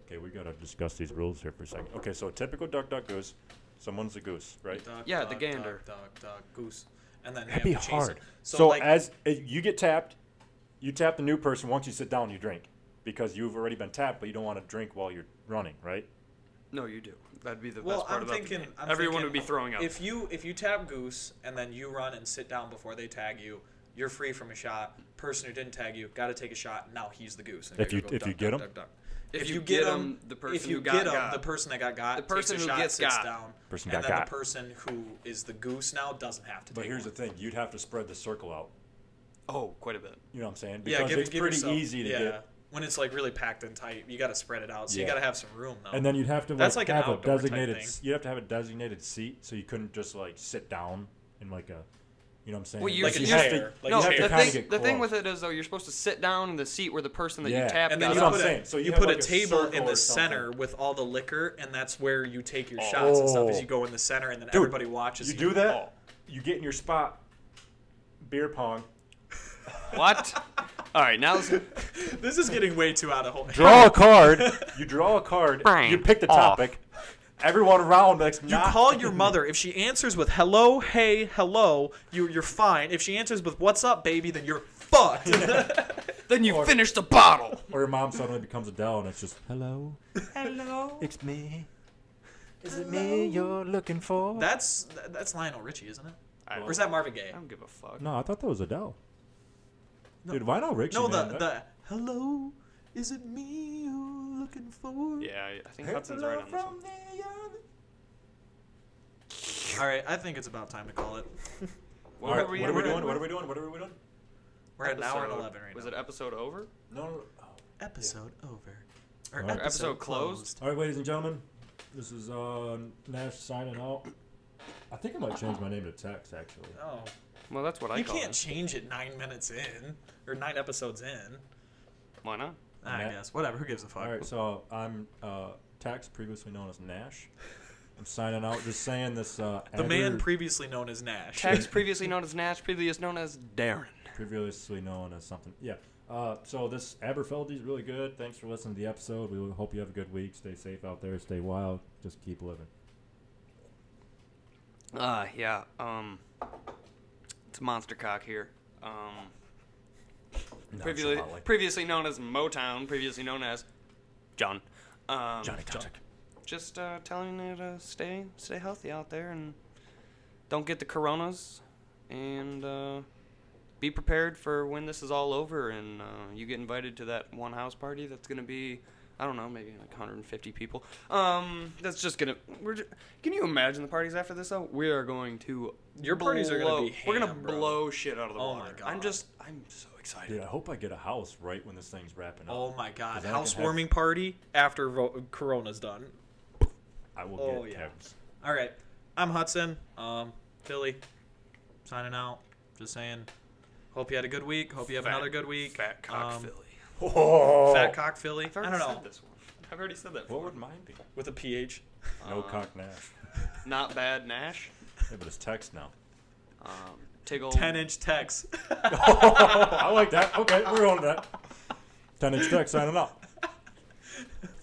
Okay, we gotta discuss these rules here for a second. Okay, so typical Duck Duck Goose. Someone's a goose, right? Duck, Yeah, duck, the gander. Duck, duck, duck, goose, and then That'd they be have to chase it. hard. So, So, like, as uh, you get tapped, you tap the new person. Once you sit down, you drink because you've already been tapped, but you don't want to drink while you're running, right? No, you do. That'd be the well, best part I'm about thinking the game. I'm Everyone thinking would be throwing up. If you if you tap goose and then you run and sit down before they tag you, you're free from a shot. Person who didn't tag you got to take a shot. Now he's the goose. And If you're you- if gonna go you duck, get duck, 'em? duck, duck. If if you you get get 'em, him, the person if who you got get 'em, got. the person that got got, The takes a person who shot, gets sits got. down, Person got and then got. the person who is the goose now doesn't have to. But take here's the one. thing: you'd have to spread the circle out. oh, quite a bit. You know what I'm saying? yeah, Because give, it's give pretty yourself- easy to yeah. get. When it's like really packed and tight, you got to spread it out. So you Yeah. got to have some room though. And then you'd have to like, Oh. That's like an have a outdoor type designated. thing. You have to have a designated seat, so you couldn't just like sit down in like a. You know what I'm saying? Well, you're- Like a you chair. have to- like no, you have a chair. the to kinda thing, get the thing close. with it is though, you're supposed to sit down in the seat where the person that Yeah. you tap And then That's got you what I'm up. put, a, saying. So you you put have, a like, a table in circle the or something. center with all the liquor, and that's where you take your shots and stuff. Is Oh. you go in the center, and then Dude, everybody watches. You do that, you get in your spot. Beer pong. What? All right, now let's- "Oh, This is getting way too out of whole. Draw a card. you draw a card. Brain you pick the off. topic. Everyone around that's You not- call your mother. If she answers with "Hello, hey, hello," you you're fine. If she answers with "What's up, baby," then you're fucked. then you finish the bottle. or your mom suddenly becomes Adele, and it's just Hello? Hello. It's me. Is it me you're looking for? that's that's Lionel Richie, isn't it? I Or is that Marvin Gaye? I don't give a fuck. no. I thought that was Adele. Dude, why not Richie? No, the man? That- the "Hello, is it me you're looking for?" Yeah, I- I think Hudson's right on this one. All right, I think it's about time to call it. All right, were we- what are we were we- doing? What are we doing? What are we doing? We're at an hour and Episode- eleven right Was now. it episode over? No. no, no. Oh. episode over. Or Alright. Episode closed. All right, ladies and gentlemen, this is uh, Nash signing out. I think I might change my name to Tex actually. Oh. Well, that's what I You call can't it. change it nine minutes in or nine episodes in. Why not? I Matt? guess. Whatever. Who gives a fuck? All right, so I'm uh, Tex, previously known as Nash. I'm signing out. Just saying this. Uh, The man adder- previously known as Nash. Tax previously known as Nash, previously known as Darren. previously known as something. Yeah. Uh, so this Aberfeldy is really good. Thanks for listening to the episode. We hope you have a good week. Stay safe out there. Stay wild. Just keep living. Uh, yeah. Um, it's Monster Cock here. Um, previously, previously known as Motown, previously known as John. Um, Johnny Just uh, telling you to stay, stay healthy out there, and don't get the coronas, and uh, be prepared for when this is all over, and uh, you get invited to that one house party that's gonna be. I don't know, maybe like 150 people. Um, that's just gonna. We're. Just, can you imagine the parties after this? Though we are going to. Your parties are gonna blow- be We're gonna ham, bro. blow shit out of the Oh water. my I'm God. just. I'm so excited. Dude, I hope I get a house right when this thing's wrapping up. Oh my Because God! I can have- Housewarming party after vo- Corona's done. I will Oh, get yeah. Tex. All right. I'm Hudson. Um, Philly. Signing out. Just saying. Hope you had a good week. Hope you have Fat- another good week. Fat cock Um, Philly. Oh. Fat cock Philly. I've I already don't know. said this one. I've already said that. What Before. would mine be? With a ph. No Uh, cock Nash. Not bad, Nash. Yeah, but it's Tex now. Um, Tiggle. 10 inch text. I like that. Okay, we're on that. 10 inch Tex signing out.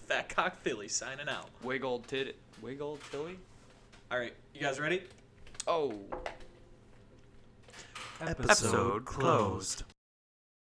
Fat cock Philly signing out. Wiggle tit. Wiggle tilly. All right. You guys ready? Oh. Episode closed.